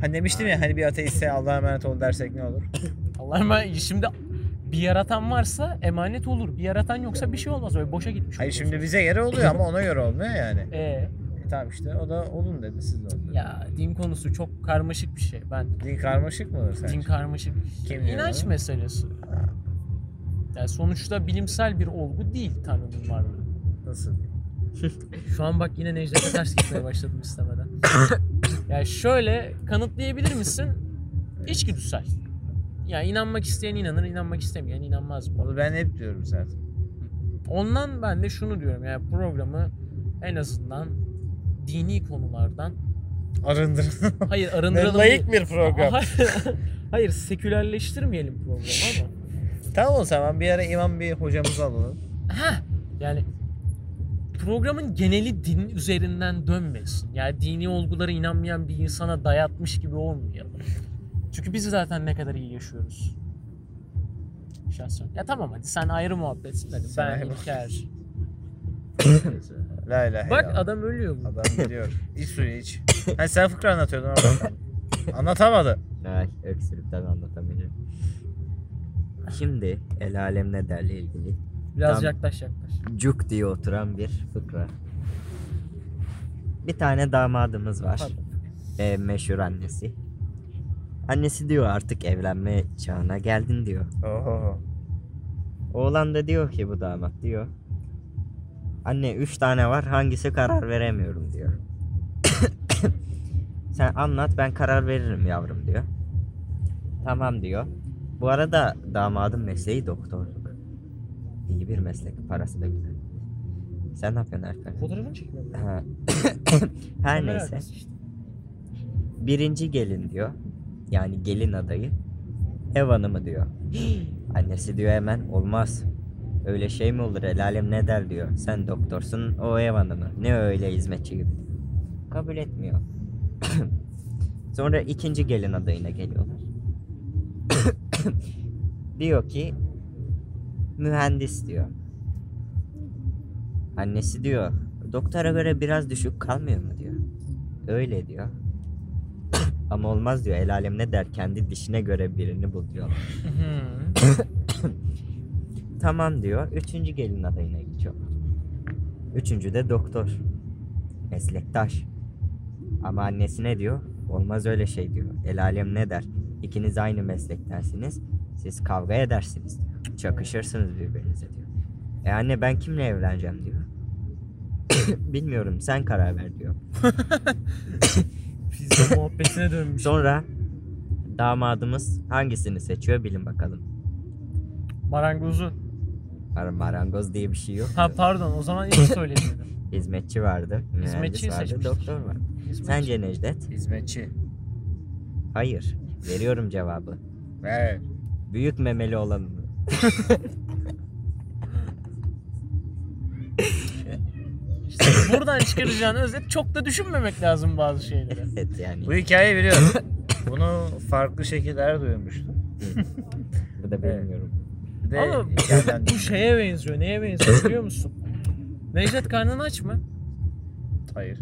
Speaker 2: Hani demiştim ya hani bir ateistse Allah'a emanet ol dersek ne olur?
Speaker 1: Allah'ım ben şimdi bir yaratan varsa emanet olur. Bir yaratan yoksa bir şey olmaz. Öyle boşa gitmiş.
Speaker 2: Hayır
Speaker 1: olur.
Speaker 2: şimdi bize göre oluyor ama ona göre olmuyor yani.
Speaker 1: Ee,
Speaker 2: E, tamam işte o da olun dedi siz de olun. dedi.
Speaker 1: ya din konusu çok karmaşık bir şey. Ben
Speaker 2: Din karmaşık mı olur sence?
Speaker 1: Din karmaşık.
Speaker 2: Kim
Speaker 1: Yani
Speaker 2: diyor
Speaker 1: inanç
Speaker 2: bunu?
Speaker 1: şey. meselesi. Yani sonuçta bilimsel bir olgu değil Tanrı'nın varlığı.
Speaker 2: Nasıl?
Speaker 1: *laughs*
Speaker 2: *laughs*
Speaker 1: Şu an bak yine Necdet'e ters gitmeye başladım istemeden. Yani şöyle kanıtlayabilir misin? İçgüdüsel. Yani inanmak isteyen inanır, inanmak istemeyen inanmaz.
Speaker 2: Onu ben hep diyorum zaten.
Speaker 1: Ondan ben de şunu diyorum yani programı en azından dini konulardan
Speaker 2: Arındırın.
Speaker 1: hayır arındıralım.
Speaker 2: *laughs* Layık bir program.
Speaker 1: hayır *laughs* sekülerleştirmeyelim programı ama.
Speaker 2: tamam o zaman bir ara imam bir hocamızı alalım.
Speaker 1: Ha yani programın geneli din üzerinden dönmesin. Yani dini olgulara inanmayan bir insana dayatmış gibi olmayalım. Çünkü biz zaten ne kadar iyi yaşıyoruz. Şahsen. Ya tamam hadi sen ayrı muhabbetsin hadi.
Speaker 2: Sen
Speaker 1: Ben
Speaker 2: ayrı
Speaker 1: İlker.
Speaker 2: La ilahe
Speaker 1: Bak
Speaker 2: illallah.
Speaker 1: adam ölüyor bu.
Speaker 2: Adam geliyor. İç suyu iç. Hani sen fıkra
Speaker 1: *laughs*
Speaker 2: anlatıyordun orada. Anlatamadı.
Speaker 3: Ay öksürükten anlatamıyorum. Şimdi el alem ne derle ilgili
Speaker 1: Biraz
Speaker 3: Tam-
Speaker 1: yaklaş yaklaş.
Speaker 3: cuk diye oturan bir fıkra. Bir tane damadımız var.
Speaker 1: Pardon.
Speaker 3: Ve meşhur annesi. Annesi diyor artık evlenme çağına geldin diyor.
Speaker 2: Oho.
Speaker 3: Oğlan da diyor ki bu damat diyor. Anne üç tane var hangisi karar veremiyorum diyor. *coughs* Sen anlat ben karar veririm yavrum diyor. Tamam diyor. Bu arada damadın mesleği doktorluk. İyi bir meslek parası da güzel. Sen ne yapıyorsun Erkan?
Speaker 1: Fotoğrafını çekmiyorum.
Speaker 3: Ha. Her neyse. Birinci gelin diyor. Yani gelin adayı. Ev hanımı diyor. Annesi diyor hemen olmaz. Öyle şey mi olur el alem ne der diyor. Sen doktorsun o ev hanımı. Ne öyle hizmetçi gibi. diyor. Kabul etmiyor. *coughs* Sonra ikinci gelin adayına geliyorlar. *coughs* diyor ki mühendis diyor. Annesi diyor doktora göre biraz düşük kalmıyor mu diyor. Öyle diyor. *clears throat* Ama olmaz diyor. El alem ne der? Kendi dişine göre birini bul diyor. Tamam diyor. Üçüncü gelin adayına geçiyorlar. Üçüncü de doktor. Meslektaş. Ama annesine diyor. Olmaz öyle şey diyor. El alem ne der? İkiniz aynı meslektensiniz. Siz kavga edersiniz diyor. Çakışırsınız birbirinize diyor. E anne ben kimle evleneceğim diyor. *coughs* Bilmiyorum sen karar ver diyor.
Speaker 1: Pizza muhabbetine dönmüş.
Speaker 3: Sonra damadımız hangisini seçiyor bilin bakalım.
Speaker 1: Marangozu.
Speaker 3: Mar- Marangoz diye bir şey yok.
Speaker 1: Ha pardon o zaman
Speaker 2: *laughs*
Speaker 1: iyi söyledim.
Speaker 3: Hizmetçi vardı, mühendis
Speaker 1: Hizmetçiyi
Speaker 3: vardı,
Speaker 1: seçmiştik.
Speaker 3: doktor vardı.
Speaker 1: Hizmetçi.
Speaker 3: Sence Necdet?
Speaker 2: Hizmetçi.
Speaker 3: Hayır. Veriyorum cevabı.
Speaker 2: Evet.
Speaker 3: Büyük memeli olanı.
Speaker 1: İşte buradan çıkaracağın özet çok da düşünmemek lazım bazı şeyleri.
Speaker 3: *laughs* Evet yani.
Speaker 2: Bu hikayeyi biliyorum. Bunu farklı şekillerde duymuştum.
Speaker 3: Bu da bilmiyorum.
Speaker 2: Bir de
Speaker 1: Ama
Speaker 2: hikayeden-
Speaker 1: bu şeye benziyor. Neye benziyor biliyor musun? Necdet karnını aç mı?
Speaker 2: Hayır.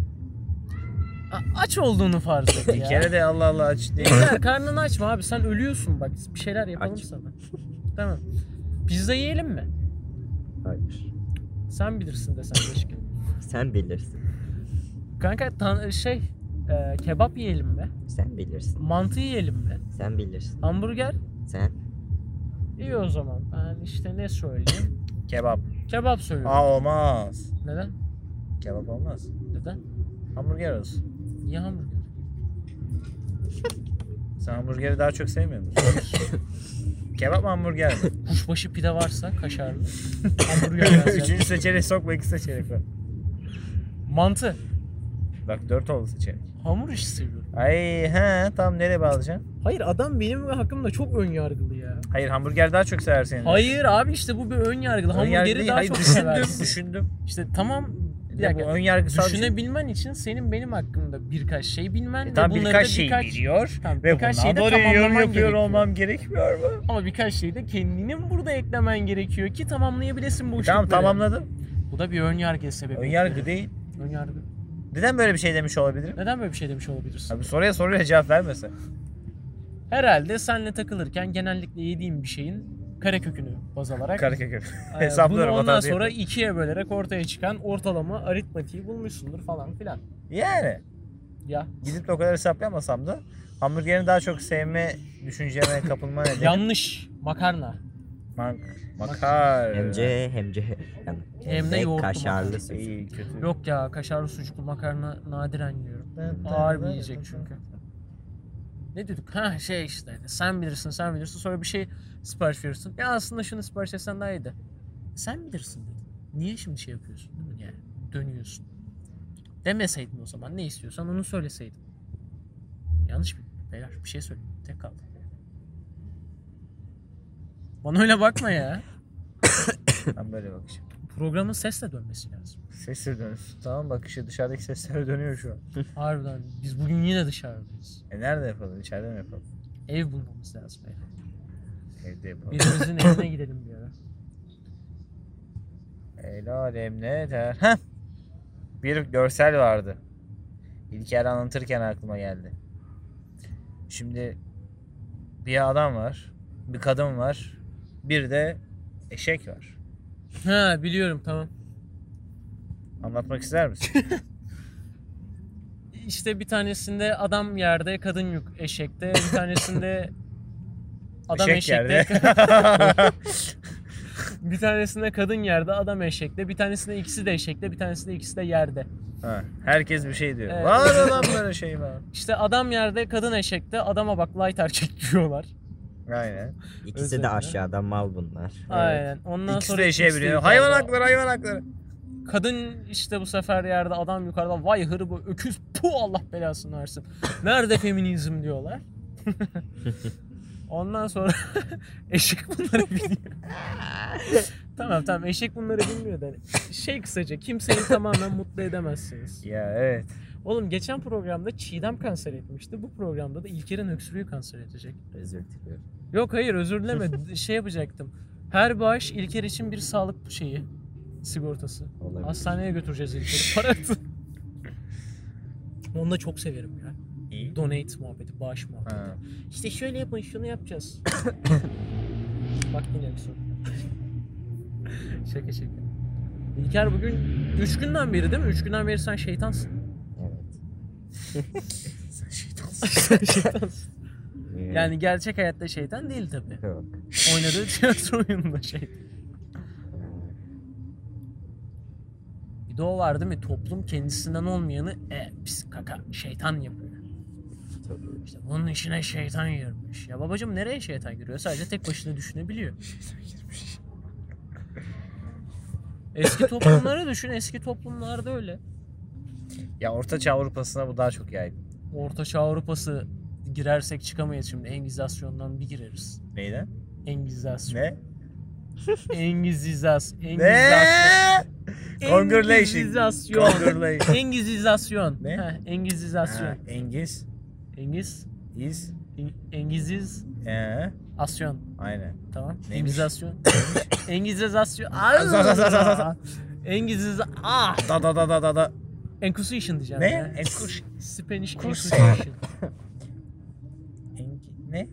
Speaker 1: A- aç olduğunu farz et
Speaker 2: Bir
Speaker 1: ya.
Speaker 2: kere de Allah Allah aç değil.
Speaker 1: Beyler, karnını açma abi sen ölüyorsun bak bir şeyler yapalım
Speaker 3: Aç.
Speaker 1: sana. Tamam. Pizza yiyelim mi?
Speaker 3: Hayır.
Speaker 1: Sen bilirsin desem keşke.
Speaker 3: Sen bilirsin.
Speaker 1: Kanka tan- şey e, kebap yiyelim mi?
Speaker 3: Sen bilirsin.
Speaker 1: Mantı yiyelim mi?
Speaker 3: Sen bilirsin.
Speaker 1: Hamburger?
Speaker 3: Sen
Speaker 1: İyi o zaman. Ben işte ne söyleyeyim?
Speaker 2: *laughs* Kebap.
Speaker 1: Kebap söylüyorum.
Speaker 2: Aa olmaz.
Speaker 1: Neden?
Speaker 2: Kebap olmaz.
Speaker 1: Neden?
Speaker 2: Hamburger olsun.
Speaker 1: Niye hamburger?
Speaker 2: Sen hamburgeri daha çok sevmiyor *laughs* musun? Kebap mı hamburger mi?
Speaker 1: Kuşbaşı pide varsa kaşarlı. Hamburger varsa-
Speaker 2: *laughs* Üçüncü seçeneği sokma iki seçenek var.
Speaker 1: Mantı.
Speaker 2: Bak dört oldu seçenek.
Speaker 1: Hamur işi seviyorum.
Speaker 2: Ay he tam nereye bağlayacaksın?
Speaker 1: Hayır adam benim hakkımda çok ön yargılı ya.
Speaker 2: Hayır hamburger daha çok sever senin.
Speaker 1: Hayır abi işte bu bir ön yargılı.
Speaker 2: Ön yargı
Speaker 1: Hamburgeri
Speaker 2: değil,
Speaker 1: daha
Speaker 2: hayır,
Speaker 1: çok
Speaker 2: düşündüm,
Speaker 1: seversin.
Speaker 2: düşündüm.
Speaker 1: İşte tamam bir
Speaker 2: Ya bu
Speaker 1: dakika.
Speaker 2: ön yargısal bir şey.
Speaker 1: Düşünebilmen için senin benim hakkımda birkaç şey bilmen
Speaker 2: E,
Speaker 1: ve
Speaker 2: tam
Speaker 1: bunları
Speaker 2: birkaç
Speaker 1: da
Speaker 2: şey
Speaker 1: birkaç
Speaker 2: biliyor
Speaker 1: Tamam,
Speaker 2: ve
Speaker 1: birkaç
Speaker 2: bundan
Speaker 1: şeyi de
Speaker 2: dolayı yorum
Speaker 1: tamamlaman
Speaker 2: yapıyor
Speaker 1: gerekiyor.
Speaker 2: olmam gerekmiyor mu?
Speaker 1: ama birkaç şeyi de kendinin burada eklemen gerekiyor ki tamamlayabilesin bu işi.
Speaker 2: E, Tamam tamamladım.
Speaker 1: Bu da bir ön yargı sebebi.
Speaker 2: Ön yargı değil.
Speaker 1: Ön yargı.
Speaker 2: Neden böyle bir şey demiş olabilirim?
Speaker 1: Neden böyle bir şey demiş olabilirsin?
Speaker 2: Abi soruya soruya cevap vermese.
Speaker 1: Herhalde senle takılırken genellikle yediğim bir şeyin kare kökünü baz alarak
Speaker 2: Karakökür. *laughs*
Speaker 1: Ee,
Speaker 2: Hesaplıyorum,
Speaker 1: Bunu
Speaker 2: o
Speaker 1: ondan
Speaker 2: tarz
Speaker 1: sonra
Speaker 2: yapıyorum.
Speaker 1: ikiye bölerek ortaya çıkan ortalama aritmatiği bulmuşsundur falan filan.
Speaker 2: Yani
Speaker 1: Ya
Speaker 2: gidip de o kadar hesaplayamasam da hamburgerini daha çok sevme düşünceme kapılma nedeni
Speaker 1: yanlış makarna.
Speaker 2: mak- makar.
Speaker 3: hem C hem C yani
Speaker 1: Hem de
Speaker 3: de
Speaker 1: yoğurtlu
Speaker 3: kaşarlı
Speaker 1: makarna.
Speaker 3: sucuk.
Speaker 2: İyi kötü.
Speaker 1: Yok ya kaşarlı sucuklu makarna nadiren yiyorum. Ağır bir yiyecek çünkü. Ne dedik? Ha şey işte hani sen bilirsin sen bilirsin sonra bir şey sipariş veriyorsun. Ya aslında şunu sipariş etsen daha iyiydi. Sen bilirsin dedin. Niye şimdi şey yapıyorsun değil mi yani? Dönüyorsun. Demeseydin o zaman ne istiyorsan onu söyleseydin. Yanlış mı? Beyler bir şey söyle. Tek kaldı. Bana öyle bakma *laughs* ya.
Speaker 2: *laughs* Ben böyle bakacağım.
Speaker 1: Programın sesle dönmesi lazım.
Speaker 2: Sesle dönüyorsun. Tamam bakışı dışarıdaki seslere dönüyor şu an.
Speaker 1: Harbiden biz bugün yine dışarıdayız.
Speaker 2: E nerede yapalım? İçeride mi yapalım?
Speaker 1: Ev bulmamız lazım beyler.
Speaker 2: Evde
Speaker 1: *laughs*
Speaker 2: yapalım.
Speaker 1: Birimizin evine gidelim bir ara.
Speaker 2: El alem ne der? Heh. Bir görsel vardı. İlker anlatırken aklıma geldi. Şimdi bir adam var, bir kadın var, bir de eşek var.
Speaker 1: Ha biliyorum tamam.
Speaker 2: Anlatmak ister misin?
Speaker 1: İşte bir tanesinde adam yerde, kadın yük eşekte. Bir *laughs* tanesinde *laughs* adam eşekte.
Speaker 2: yerde.
Speaker 1: *laughs* bir tanesinde kadın yerde, adam eşekte. Bir tanesinde ikisi de eşekte, bir tanesinde ikisi de yerde.
Speaker 2: *laughs* ha, herkes bir şey diyor.
Speaker 1: Evet.
Speaker 2: Var adam böyle şey var.
Speaker 1: İşte adam yerde, kadın eşekte. Adama bak light erkek *laughs* diyorlar.
Speaker 2: Aynen.
Speaker 3: İkisi
Speaker 1: Özellikle.
Speaker 3: de aşağıda mal bunlar.
Speaker 1: Aynen. Ondan
Speaker 2: İkisi
Speaker 1: sonra
Speaker 2: de eşeğe
Speaker 1: ikisi de
Speaker 2: biniyor.
Speaker 1: yukarıda.
Speaker 2: Hayvan hakları, hayvan hakları.
Speaker 1: Kadın işte bu sefer yerde, adam yukarıda. Vay hırbo öküz pu Allah belasını versin. Nerede feminizm
Speaker 2: *laughs*
Speaker 1: diyorlar. Ondan sonra *laughs* eşek bunları biliyor. tamam tamam eşek bunları bilmiyor da. Şey kısaca kimseyi tamamen mutlu edemezsiniz.
Speaker 2: Ya evet.
Speaker 1: Oğlum geçen programda Çiğdem kanser etmişti. Bu programda da İlker'in öksürüğü kanser edecek.
Speaker 3: Özür diliyorum.
Speaker 1: Yok hayır özür dileme *laughs* şey yapacaktım. Her bağış İlker için bir sağlık şeyi sigortası.
Speaker 3: Olabilir.
Speaker 1: Hastaneye götüreceğiz İlker'i. Para atın. Onu da çok severim ya.
Speaker 2: İyi.
Speaker 1: Donate muhabbeti, bağış muhabbeti.
Speaker 2: Ha.
Speaker 1: İşte şöyle yapın, şunu yapacağız. Bak yine bir soru. şaka şaka. İlker bugün 3 günden beri değil mi? 3 günden beri sen şeytansın. *laughs*
Speaker 3: Evet.
Speaker 2: Sen şeytansın.
Speaker 1: şeytansın.
Speaker 3: Ee,
Speaker 1: Yani gerçek hayatta şeytan değil tabi.
Speaker 3: Yok.
Speaker 1: Oynadığı tiyatro oyununda şey. şeytan. Bir de o var değil mi? Toplum kendisinden olmayanı e, pis kaka şeytan yapıyor.
Speaker 3: Tabii.
Speaker 1: İşte bunun içine şeytan girmiş. Ya babacım nereye şeytan giriyor? Sadece tek başına düşünebiliyor. Eski toplumları düşün. Eski toplumlarda öyle.
Speaker 2: Ya Orta Çağ Avrupa'sına bu daha çok yaygın.
Speaker 1: Orta Çağ Avrupası girersek çıkamayız şimdi. Engizasyondan bir gireriz.
Speaker 2: Neyden?
Speaker 1: Engizasyon.
Speaker 2: Ne?
Speaker 1: Engizizas. Engizasyon.
Speaker 2: Ne?
Speaker 1: şey.
Speaker 2: Congratulations.
Speaker 1: Engizizasyon. *laughs*
Speaker 2: Congratulations.
Speaker 1: Engizizasyon.
Speaker 2: Ne?
Speaker 1: Ha, Engizizasyon.
Speaker 2: Ha, Engiz.
Speaker 1: Engiz.
Speaker 2: İz.
Speaker 1: en- Engiziz.
Speaker 2: Ee,
Speaker 1: Asyon.
Speaker 2: aynen.
Speaker 1: Tamam.
Speaker 2: Neymiş? *coughs*
Speaker 1: Engizasyon. Engizizasyon.
Speaker 2: za- za- za- za- za.
Speaker 1: Engiziz. Ah.
Speaker 2: Da da da da da da.
Speaker 1: Enquisition diyeceğim.
Speaker 2: Ne?
Speaker 1: ya.
Speaker 2: Enkuş-
Speaker 1: Spanish
Speaker 2: Kus-
Speaker 1: Enquisition.
Speaker 2: Engi- ne?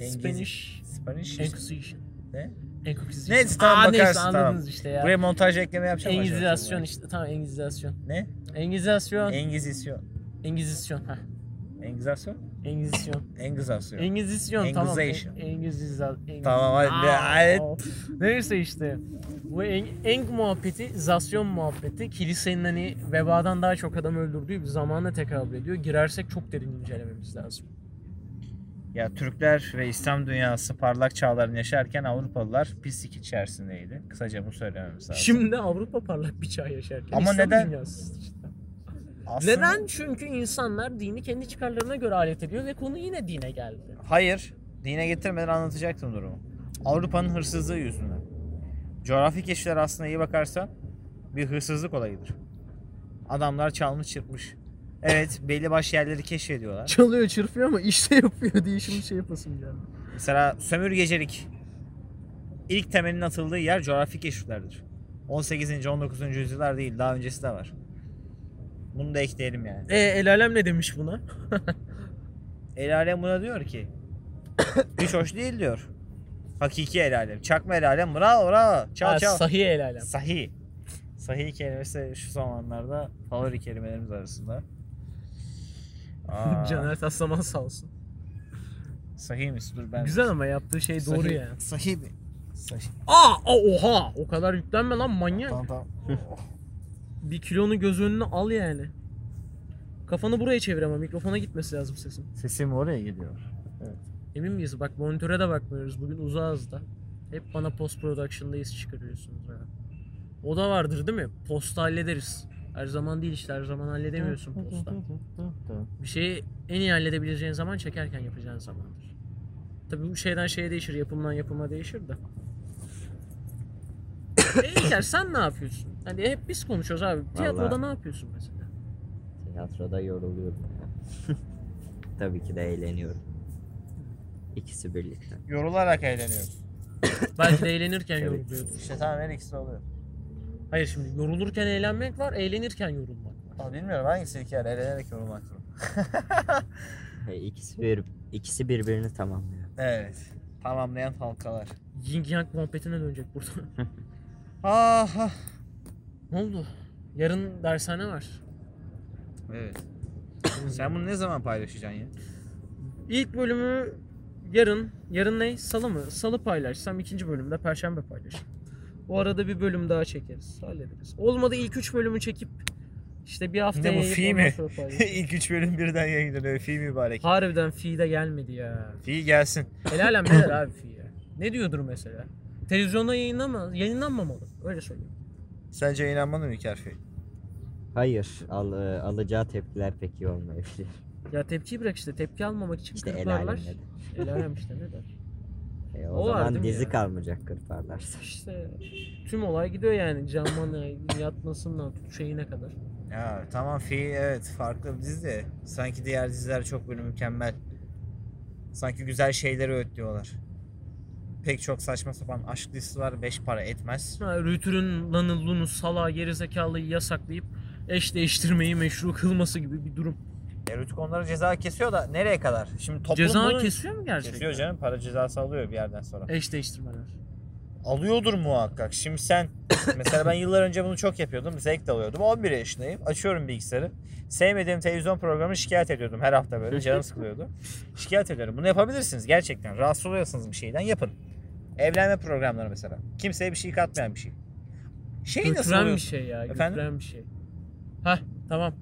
Speaker 2: Engiz.
Speaker 1: Spanish
Speaker 2: Spanish.
Speaker 1: Enquisition.
Speaker 2: Ne?
Speaker 1: Enquisition.
Speaker 2: Neyse, tamam,
Speaker 1: Aa, neyse
Speaker 2: bakarsın, tamam.
Speaker 1: anladınız işte ya.
Speaker 2: Buraya montaj ekleme yapacağım.
Speaker 1: Engizasyon
Speaker 2: acaba.
Speaker 1: işte. Tamam Engizasyon.
Speaker 2: Ne?
Speaker 1: Engizasyon.
Speaker 2: Engizisyon.
Speaker 1: Engizisyon. Hah.
Speaker 2: Engizasyon?
Speaker 1: Engizisyon.
Speaker 2: Engizasyon.
Speaker 1: Engizisyon tamam.
Speaker 2: Engization.
Speaker 1: Engizisyon.
Speaker 2: Tamam, hadi, evet.
Speaker 1: Neyse işte. Bu eng, eng muhabbeti, zasyon muhabbeti kilisenin hani vebadan daha çok adam öldürdüğü bir zamana tekabül ediyor. Girersek çok derin incelememiz lazım.
Speaker 2: ya Türkler ve İslam dünyası parlak çağlarını yaşarken Avrupalılar pislik içerisindeydi. Kısaca bu söylememiz lazım.
Speaker 1: Şimdi Avrupa parlak bir çağ yaşarken.
Speaker 2: Ama
Speaker 1: İslam
Speaker 2: neden-
Speaker 1: dünyası işte.
Speaker 2: Aslında-
Speaker 1: Neden? Çünkü insanlar dini kendi çıkarlarına göre alet ediyor ve konu yine dine geldi.
Speaker 2: Hayır. Dine getirmeden anlatacaktım durumu. Avrupa'nın hırsızlığı yüzünden. Coğrafi keşifler aslında iyi bakarsan bir hırsızlık olayıdır. Adamlar çalmış çırpmış. Evet belli başlı
Speaker 1: *laughs*
Speaker 2: yerleri keşfediyorlar.
Speaker 1: Çalıyor çırpıyor ama işte yapıyor diye şimdi şey yapasım geldi.
Speaker 2: Mesela sömürgecilik. İlk temelin atıldığı yer coğrafi keşiflerdir. 18. 19. yüzyıllar değil daha öncesi de var. Bunu da ekleyelim yani.
Speaker 1: E el alem ne demiş buna?
Speaker 2: El alem buna diyor ki hiç hoş değil diyor. Hakiki el alem. Çakma el alem. Bravo bravo. Çal
Speaker 1: Ha,
Speaker 2: çal.
Speaker 1: Sahih el alem.
Speaker 2: Sahih. Sahih kelimesi şu zamanlarda favori kelimelerimiz arasında. Aa,
Speaker 1: *laughs* Caner Taslaman sağ olsun.
Speaker 2: Sahih misin? Dur ben.
Speaker 1: Güzel ama yaptığı şey doğru
Speaker 2: Sahih-
Speaker 1: ya.
Speaker 2: Sahih mi? Sahih.
Speaker 1: Aa, aa, oha o kadar yüklenme lan manyak.
Speaker 2: Tamam tamam.
Speaker 1: Bir kilonu göz önüne al yani. Kafanı buraya çevir ama mikrofona gitmesi lazım sesin.
Speaker 2: Sesim oraya gidiyor.
Speaker 1: Emin miyiz? Bak monitöre de bakmıyoruz. Bugün uzağız da. Hep bana post production'dayız çıkarıyorsunuz ya. O da vardır değil mi? Posta hallederiz. Her zaman değil işte her zaman halledemiyorsun posta. Bir şeyi en iyi halledebileceğin zaman çekerken yapacağın zamandır. Tabii bu şeyden şeye değişir, yapımdan yapıma
Speaker 3: *coughs*
Speaker 1: değişir de. e İlker sen ne yapıyorsun? Hani hep biz konuşuyoruz abi. Tiyatroda
Speaker 3: Vallahi.
Speaker 1: ne yapıyorsun mesela?
Speaker 3: Tiyatroda yoruluyorum ya. *laughs* Tabii ki de eğleniyorum. İkisi birlikte.
Speaker 2: Yorularak eğleniyorum.
Speaker 1: Belki de eğlenirken
Speaker 3: Evet.
Speaker 1: yoruluyorsun.
Speaker 2: İşte tamam her ikisi oluyor.
Speaker 1: Hayır şimdi yorulurken eğlenmek var, eğlenirken yorulmak var.
Speaker 2: Ama bilmiyorum hangisi iki yani eğlenerek yorulmak mı?
Speaker 3: Hey, İkisi, bir, ikisi birbirini tamamlıyor.
Speaker 2: Evet. Tamamlayan halkalar.
Speaker 1: Yin yang muhabbetine dönecek burada.
Speaker 2: Aha.
Speaker 1: *laughs* ne oldu? Yarın dershane var.
Speaker 2: Evet. Sen bunu ne zaman paylaşacaksın *laughs* ya?
Speaker 1: İlk bölümü yarın, yarın ne? Salı mı? Salı paylaşsam ikinci bölümde Perşembe paylaşırım. Bu arada bir bölüm daha çekeriz, hallederiz. Olmadı ilk üç bölümü çekip işte bir hafta
Speaker 2: Ne bu,
Speaker 1: yayıp
Speaker 2: fi
Speaker 1: ondan
Speaker 2: mi?
Speaker 1: sonra paylaşırım.
Speaker 2: *laughs* İlk üç bölüm birden yayınlanıyor. Fi mübarek.
Speaker 1: Harbiden fi de gelmedi ya.
Speaker 2: Fi gelsin.
Speaker 1: Helalen bilir abi fi ya. Ne diyordur mesela? Televizyonda yayınlanma, yayınlanmamalı. Öyle söylüyorum.
Speaker 2: Sence inanmadın mı İlker Fi?
Speaker 3: Hayır, al, e, alacağı tepkiler pek iyi olmayabilir.
Speaker 1: Ya tepkiyi bırak işte. Tepki almamak için
Speaker 3: İşte el
Speaker 1: kırparlar.
Speaker 3: alemde de.
Speaker 1: El alem işte ne der?
Speaker 3: E, o,
Speaker 1: O var
Speaker 3: zaman
Speaker 1: değil mi
Speaker 3: dizi
Speaker 1: ya?
Speaker 3: kalmayacak kırparlarsa.
Speaker 1: İşte tüm olay gidiyor yani. Canmanı yatmasından tut şeyine kadar.
Speaker 2: Ya tamam Fi evet farklı bir dizi de. Sanki diğer diziler çok böyle mükemmel. Sanki güzel şeyleri öğütlüyorlar. Pek çok saçma sapan aşk dizisi var. Beş para etmez.
Speaker 1: Ha, Rütür'ün lanı lunu salağı gerizekalıyı yasaklayıp eş değiştirmeyi meşru kılması gibi bir durum.
Speaker 2: Erütük onlara ceza kesiyor da nereye kadar? Şimdi toplum
Speaker 1: Ceza
Speaker 2: bunu-
Speaker 1: kesiyor mu gerçekten?
Speaker 2: Kesiyor canım. Para cezası alıyor bir yerden sonra.
Speaker 1: Eş değiştirmeler.
Speaker 2: alıyordur muhakkak.
Speaker 1: *coughs*
Speaker 2: Şimdi sen mesela ben yıllar önce bunu çok yapıyordum. Zevk de alıyordum. 11 yaşındayım. Açıyorum bilgisayarı. Sevmediğim televizyon programını şikayet ediyordum her hafta böyle.
Speaker 1: *laughs*
Speaker 2: Canım sıkılıyordu. şikayet ediyorum. Bunu yapabilirsiniz gerçekten. Rahatsız oluyorsanız bir şeyden yapın. Evlenme programları mesela. Kimseye bir şey katmayan bir şey. Şey nasıl
Speaker 1: Götüren
Speaker 2: oluyor?
Speaker 1: bir şey ya.
Speaker 2: Efendim?
Speaker 1: Götüren bir şey. Hah tamam.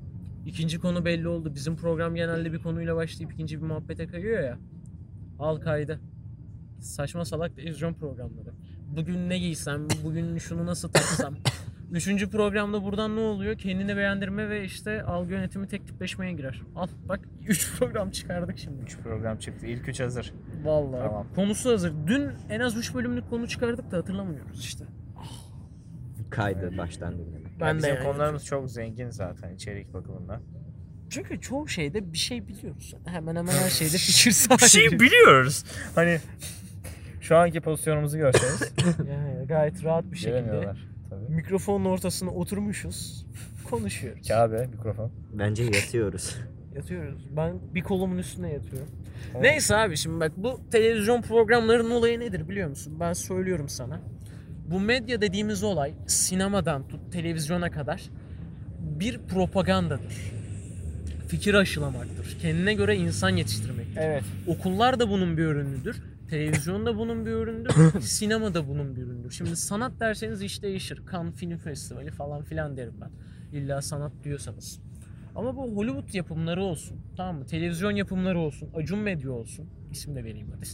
Speaker 1: İkinci konu belli oldu. Bizim program genelde bir konuyla başlayıp ikinci bir muhabbete kayıyor ya. Al kaydı. Saçma salak televizyon programları. Bugün ne giysem, bugün şunu nasıl
Speaker 2: *coughs*
Speaker 1: taksam. Üçüncü programda buradan ne oluyor? Kendini beğendirme ve işte algı yönetimi tek tipleşmeye girer. Al bak 3 *laughs* program çıkardık şimdi.
Speaker 2: 3 program çıktı. İlk 3 hazır.
Speaker 1: Vallahi.
Speaker 2: Tamam.
Speaker 1: Konusu hazır. Dün en az 3 bölümlük konu çıkardık da hatırlamıyoruz işte.
Speaker 3: Kaydı baştan dinlemek.
Speaker 2: Ben bizim
Speaker 1: yani.
Speaker 2: konularımız çok zengin zaten
Speaker 1: *laughs*
Speaker 2: içerik bakımından.
Speaker 1: Çünkü çoğu şeyde bir şey biliyoruz. Hemen hemen her şeyde fikir sahibi.
Speaker 2: şey biliyoruz.
Speaker 1: *laughs*
Speaker 2: Hani şu anki pozisyonumuzu görseniz.
Speaker 1: yani gayet rahat bir şekilde.
Speaker 2: Göremiyorlar. Tabii.
Speaker 1: Mikrofonun ortasına oturmuşuz. Konuşuyoruz.
Speaker 2: Kabe mikrofon.
Speaker 3: Bence yatıyoruz.
Speaker 1: Yatıyoruz. Ben bir kolumun üstüne yatıyorum. Neyse abi şimdi bak bu televizyon programlarının olayı nedir biliyor musun? Ben söylüyorum sana. Bu medya dediğimiz olay sinemadan tut televizyona kadar bir propagandadır. Fikir aşılamaktır. Kendine göre insan yetiştirmektir.
Speaker 2: Evet.
Speaker 1: Okullar da bunun bir ürünüdür. Televizyon da bunun bir ürünüdür. sinema da bunun bir ürünüdür. Şimdi sanat derseniz iş değişir. Cannes Film Festivali falan filan derim ben. İlla sanat diyorsanız. Ama bu Hollywood yapımları olsun. Tamam mı? Televizyon yapımları olsun. Acun Medya olsun. İsim de vereyim hadi.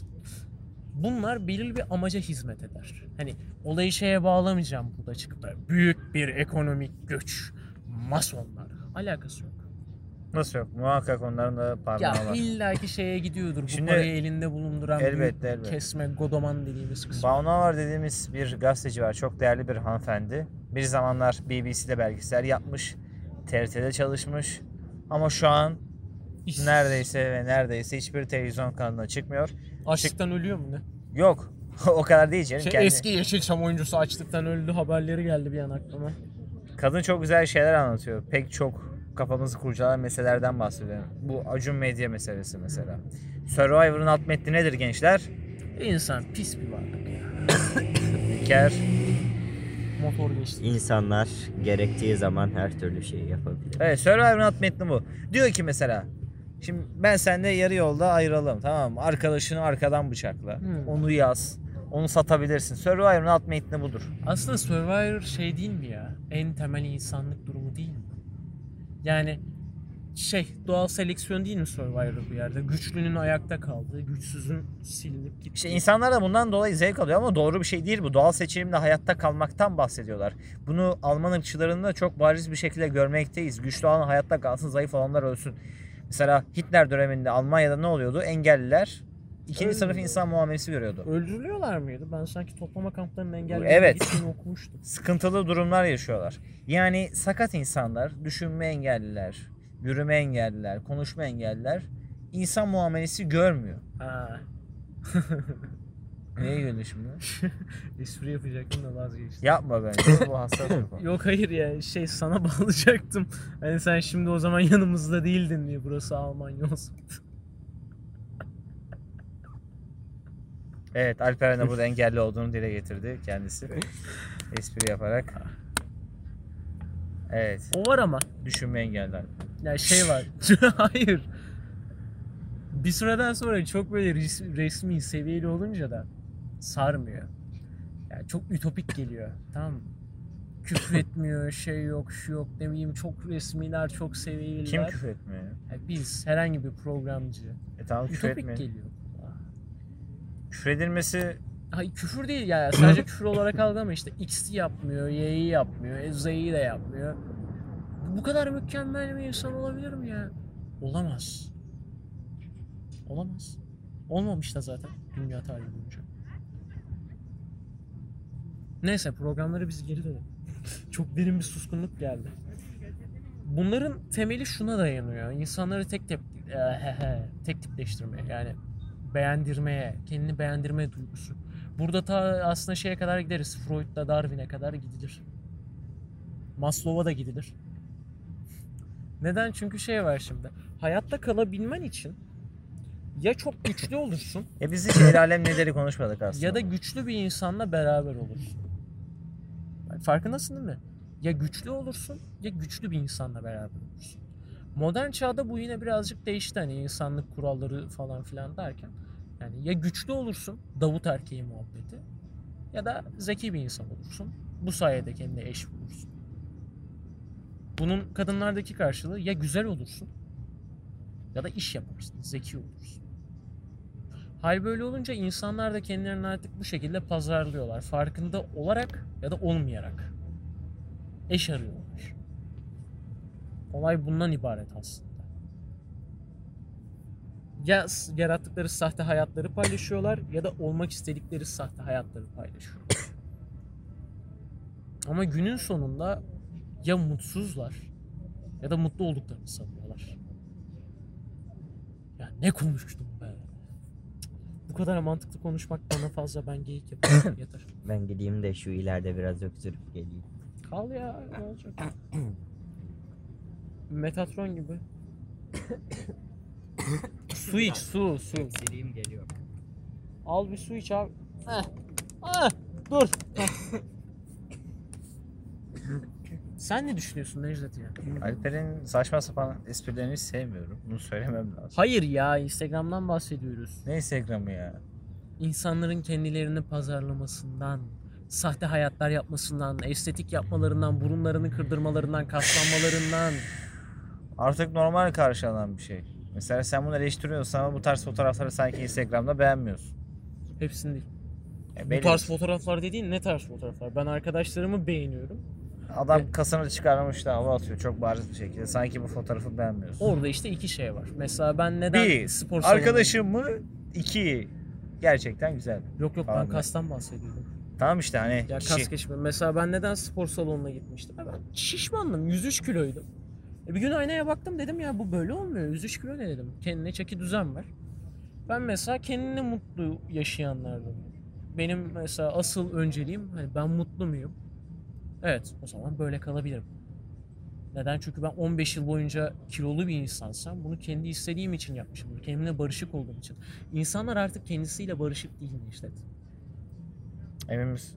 Speaker 1: Bunlar belirli bir amaca hizmet eder. Hani olayı şeye bağlamayacağım burada çıkıp da. Büyük bir ekonomik güç. Masonlar. Alakası yok.
Speaker 2: Nasıl yok? Muhakkak onların da
Speaker 1: Ya
Speaker 2: parmağı var.
Speaker 1: illaki şeye gidiyordur. Bu
Speaker 2: Şimdi-
Speaker 1: parayı elinde bulunduran büyük
Speaker 2: Elbette elbette.
Speaker 1: kesme godoman dediğimiz kısım.
Speaker 2: Banu var dediğimiz bir gazeteci var. Çok değerli bir hanımefendi. Bir zamanlar BBC'de belgesel yapmış. TRT'de çalışmış. Ama şu an
Speaker 1: İşsiz.
Speaker 2: neredeyse ve neredeyse hiçbir televizyon kanalına çıkmıyor.
Speaker 1: Açlıktan ölüyor mu ne?
Speaker 2: Yok. *laughs* o kadar değil canım.
Speaker 1: Şey,
Speaker 2: Kendi-
Speaker 1: Eski Yeşilçam oyuncusu açlıktan öldü haberleri geldi bir an aklıma.
Speaker 2: Kadın çok güzel şeyler anlatıyor. Pek çok kafamızı kurcalayan meselelerden bahsediyor. Bu Acun Medya meselesi mesela. Survivor'ın alt metni nedir gençler?
Speaker 1: İnsan pis bir varlık ya.
Speaker 2: İlker.
Speaker 1: Motor geçti.
Speaker 3: İnsanlar gerektiği zaman her türlü şeyi yapabilir.
Speaker 2: Evet Survivor'ın alt metni bu. Diyor ki mesela şimdi ben seninle yarı yolda ayıralım tamam mı? Arkadaşını arkadan bıçakla.
Speaker 1: Hmm.
Speaker 2: Onu yaz. Onu satabilirsin. Survivor'ın alt metni budur.
Speaker 1: Aslında Survivor şey değil mi ya? En temel insanlık durumu değil mi? Yani şey doğal seleksiyon değil mi Survivor bir yerde? Güçlünün ayakta kaldığı, güçsüzün silinip gittiği.
Speaker 2: İşte insanlar da bundan dolayı zevk alıyor ama doğru bir şey değil bu. Doğal seçilimle hayatta kalmaktan bahsediyorlar. Bunu Alman ırkçılarında çok bariz bir şekilde görmekteyiz. Güçlü olan hayatta kalsın, zayıf olanlar ölsün. Mesela Hitler döneminde Almanya'da ne oluyordu? Engelliler ikinci
Speaker 1: Öyle
Speaker 2: sınıf
Speaker 1: mi?
Speaker 2: insan muamelesi görüyordu.
Speaker 1: Öldürülüyorlar mıydı? Ben sanki toplama kamplarının engelleri
Speaker 2: Evet.
Speaker 1: okumuştum.
Speaker 2: Sıkıntılı durumlar yaşıyorlar. Yani sakat insanlar, düşünme engelliler, yürüme engelliler, konuşma engelliler insan muamelesi görmüyor.
Speaker 1: Ha. Hmm.
Speaker 2: Neye güldün şimdi?
Speaker 1: Espri yapacaktım da vazgeçtim.
Speaker 2: Yapma bence
Speaker 1: *laughs*
Speaker 2: bu hassas bir konu.
Speaker 1: Yok hayır ya şey sana *laughs* bağlayacaktım. Hani sen şimdi o zaman yanımızda değildin diye burası Almanya olsun.
Speaker 2: Evet Alperen de burada engelli olduğunu dile getirdi kendisi. Espri yaparak. Evet.
Speaker 1: O var ama.
Speaker 2: Düşünme engelli. Alper.
Speaker 1: Ya şey var. *laughs* Hayır. Bir süreden sonra çok böyle res- resmi seviyeli olunca da sarmıyor. Yani çok ütopik geliyor. Tamam mı? Küfür etmiyor, şey yok, şu yok ne bileyim çok resmiler, çok seviyeliler.
Speaker 2: Kim küfür etmiyor? ya?
Speaker 1: Yani biz herhangi bir programcı.
Speaker 2: E tamam küfür
Speaker 1: Ütopik
Speaker 2: etmiyor.
Speaker 1: geliyor.
Speaker 2: Küfür edilmesi
Speaker 1: Hayır küfür değil yani sadece küfür olarak algılama işte X'i yapmıyor, Y'yi yapmıyor, e, Z'yi de yapmıyor. Bu kadar mükemmel bir insan olabilir mi ya? Olamaz. Olamaz. Olmamış da zaten dünya tarihi boyunca. Neyse programları biz geri dönelim. *laughs* Çok derin bir suskunluk geldi. Bunların temeli şuna dayanıyor. İnsanları tek tep eh, tek tipleştirmeye yani beğendirmeye, kendini beğendirme duygusu. Burada ta aslında şeye kadar gideriz. Freud'la Darwin'e kadar gidilir. Maslow'a da gidilir. Neden? Çünkü şey var şimdi. Hayatta kalabilmen için ya çok güçlü olursun
Speaker 2: e biz hiç el alem neleri konuşmadık aslında.
Speaker 1: ya da güçlü bir insanla beraber olursun. Yani farkındasın değil mi? Ya güçlü olursun ya güçlü bir insanla beraber olursun. Modern çağda bu yine birazcık değişti hani insanlık kuralları falan filan derken. Yani ya güçlü olursun Davut erkeği muhabbeti ya da zeki bir insan olursun. Bu sayede kendine eş bulursun. Bunun kadınlardaki karşılığı ya güzel olursun ya da iş yaparsın, zeki olursun. Hal böyle olunca insanlar da kendilerini artık bu şekilde pazarlıyorlar. Farkında olarak ya da olmayarak. Eş arıyorlar. Olay bundan ibaret aslında. Ya s- yarattıkları sahte hayatları paylaşıyorlar ya da olmak istedikleri sahte hayatları paylaşıyorlar. *clears throat* Ama günün sonunda ya mutsuzlar ya da mutlu olduklarını sanıyorlar. Ya ne konuştum ben? Bu kadar mantıklı konuşmak bana fazla ben geyik yapıyorum yeter.
Speaker 3: Ben gideyim de şu ileride biraz öksürüp geleyim.
Speaker 1: Kal ya ne olacak? Metatron gibi. su iç su su.
Speaker 3: Öksüreyim geliyor.
Speaker 1: Al bir su iç abi. Ah, ah, dur. Ah. Sen ne düşünüyorsun Necdet ya?
Speaker 2: Alper'in saçma sapan esprilerini hiç sevmiyorum. Bunu söylemem lazım.
Speaker 1: Hayır ya Instagram'dan bahsediyoruz.
Speaker 2: Ne Instagram'ı ya?
Speaker 1: İnsanların kendilerini pazarlamasından, sahte hayatlar yapmasından, estetik yapmalarından, burunlarını kırdırmalarından, kaslanmalarından.
Speaker 2: Artık normal karşılanan bir şey. Mesela sen bunu eleştiriyorsan ama bu tarz fotoğrafları sanki Instagram'da beğenmiyorsun.
Speaker 1: Hepsini değil.
Speaker 2: E
Speaker 1: Bu
Speaker 2: belli.
Speaker 1: tarz fotoğraflar dediğin ne tarz fotoğraflar? Ben arkadaşlarımı beğeniyorum. E-
Speaker 2: Adam kasını çıkarmış da hava atıyor çok bariz bir şekilde. Sanki bu fotoğrafı beğenmiyorsun.
Speaker 1: Orada işte iki şey var. Mesela ben neden
Speaker 2: Bir,
Speaker 1: spor salonu...
Speaker 2: Arkadaşım mı? İki. Gerçekten güzel.
Speaker 1: Yok yok ben
Speaker 2: Abi.
Speaker 1: kastan bahsediyordum.
Speaker 2: Tamam işte hani
Speaker 1: Ya
Speaker 2: kişi.
Speaker 1: kas geçme. Mesela ben neden spor salonuna gitmiştim? Ya Ben şişmandım. 103 kiloydum. E bir gün aynaya baktım dedim ya bu böyle olmuyor. 103 kilo ne dedim. Kendine çeki düzen ver. Ben mesela kendini mutlu yaşayanlardanım. Benim mesela asıl önceliğim hani ben mutlu muyum? Evet o zaman böyle kalabilirim. Neden? Çünkü ben 15 yıl boyunca kilolu bir insansam bunu kendi istediğim için yapmışım. Kendimle barışık olduğum için. İnsanlar artık kendisiyle barışık değil işte.
Speaker 2: Emin misin?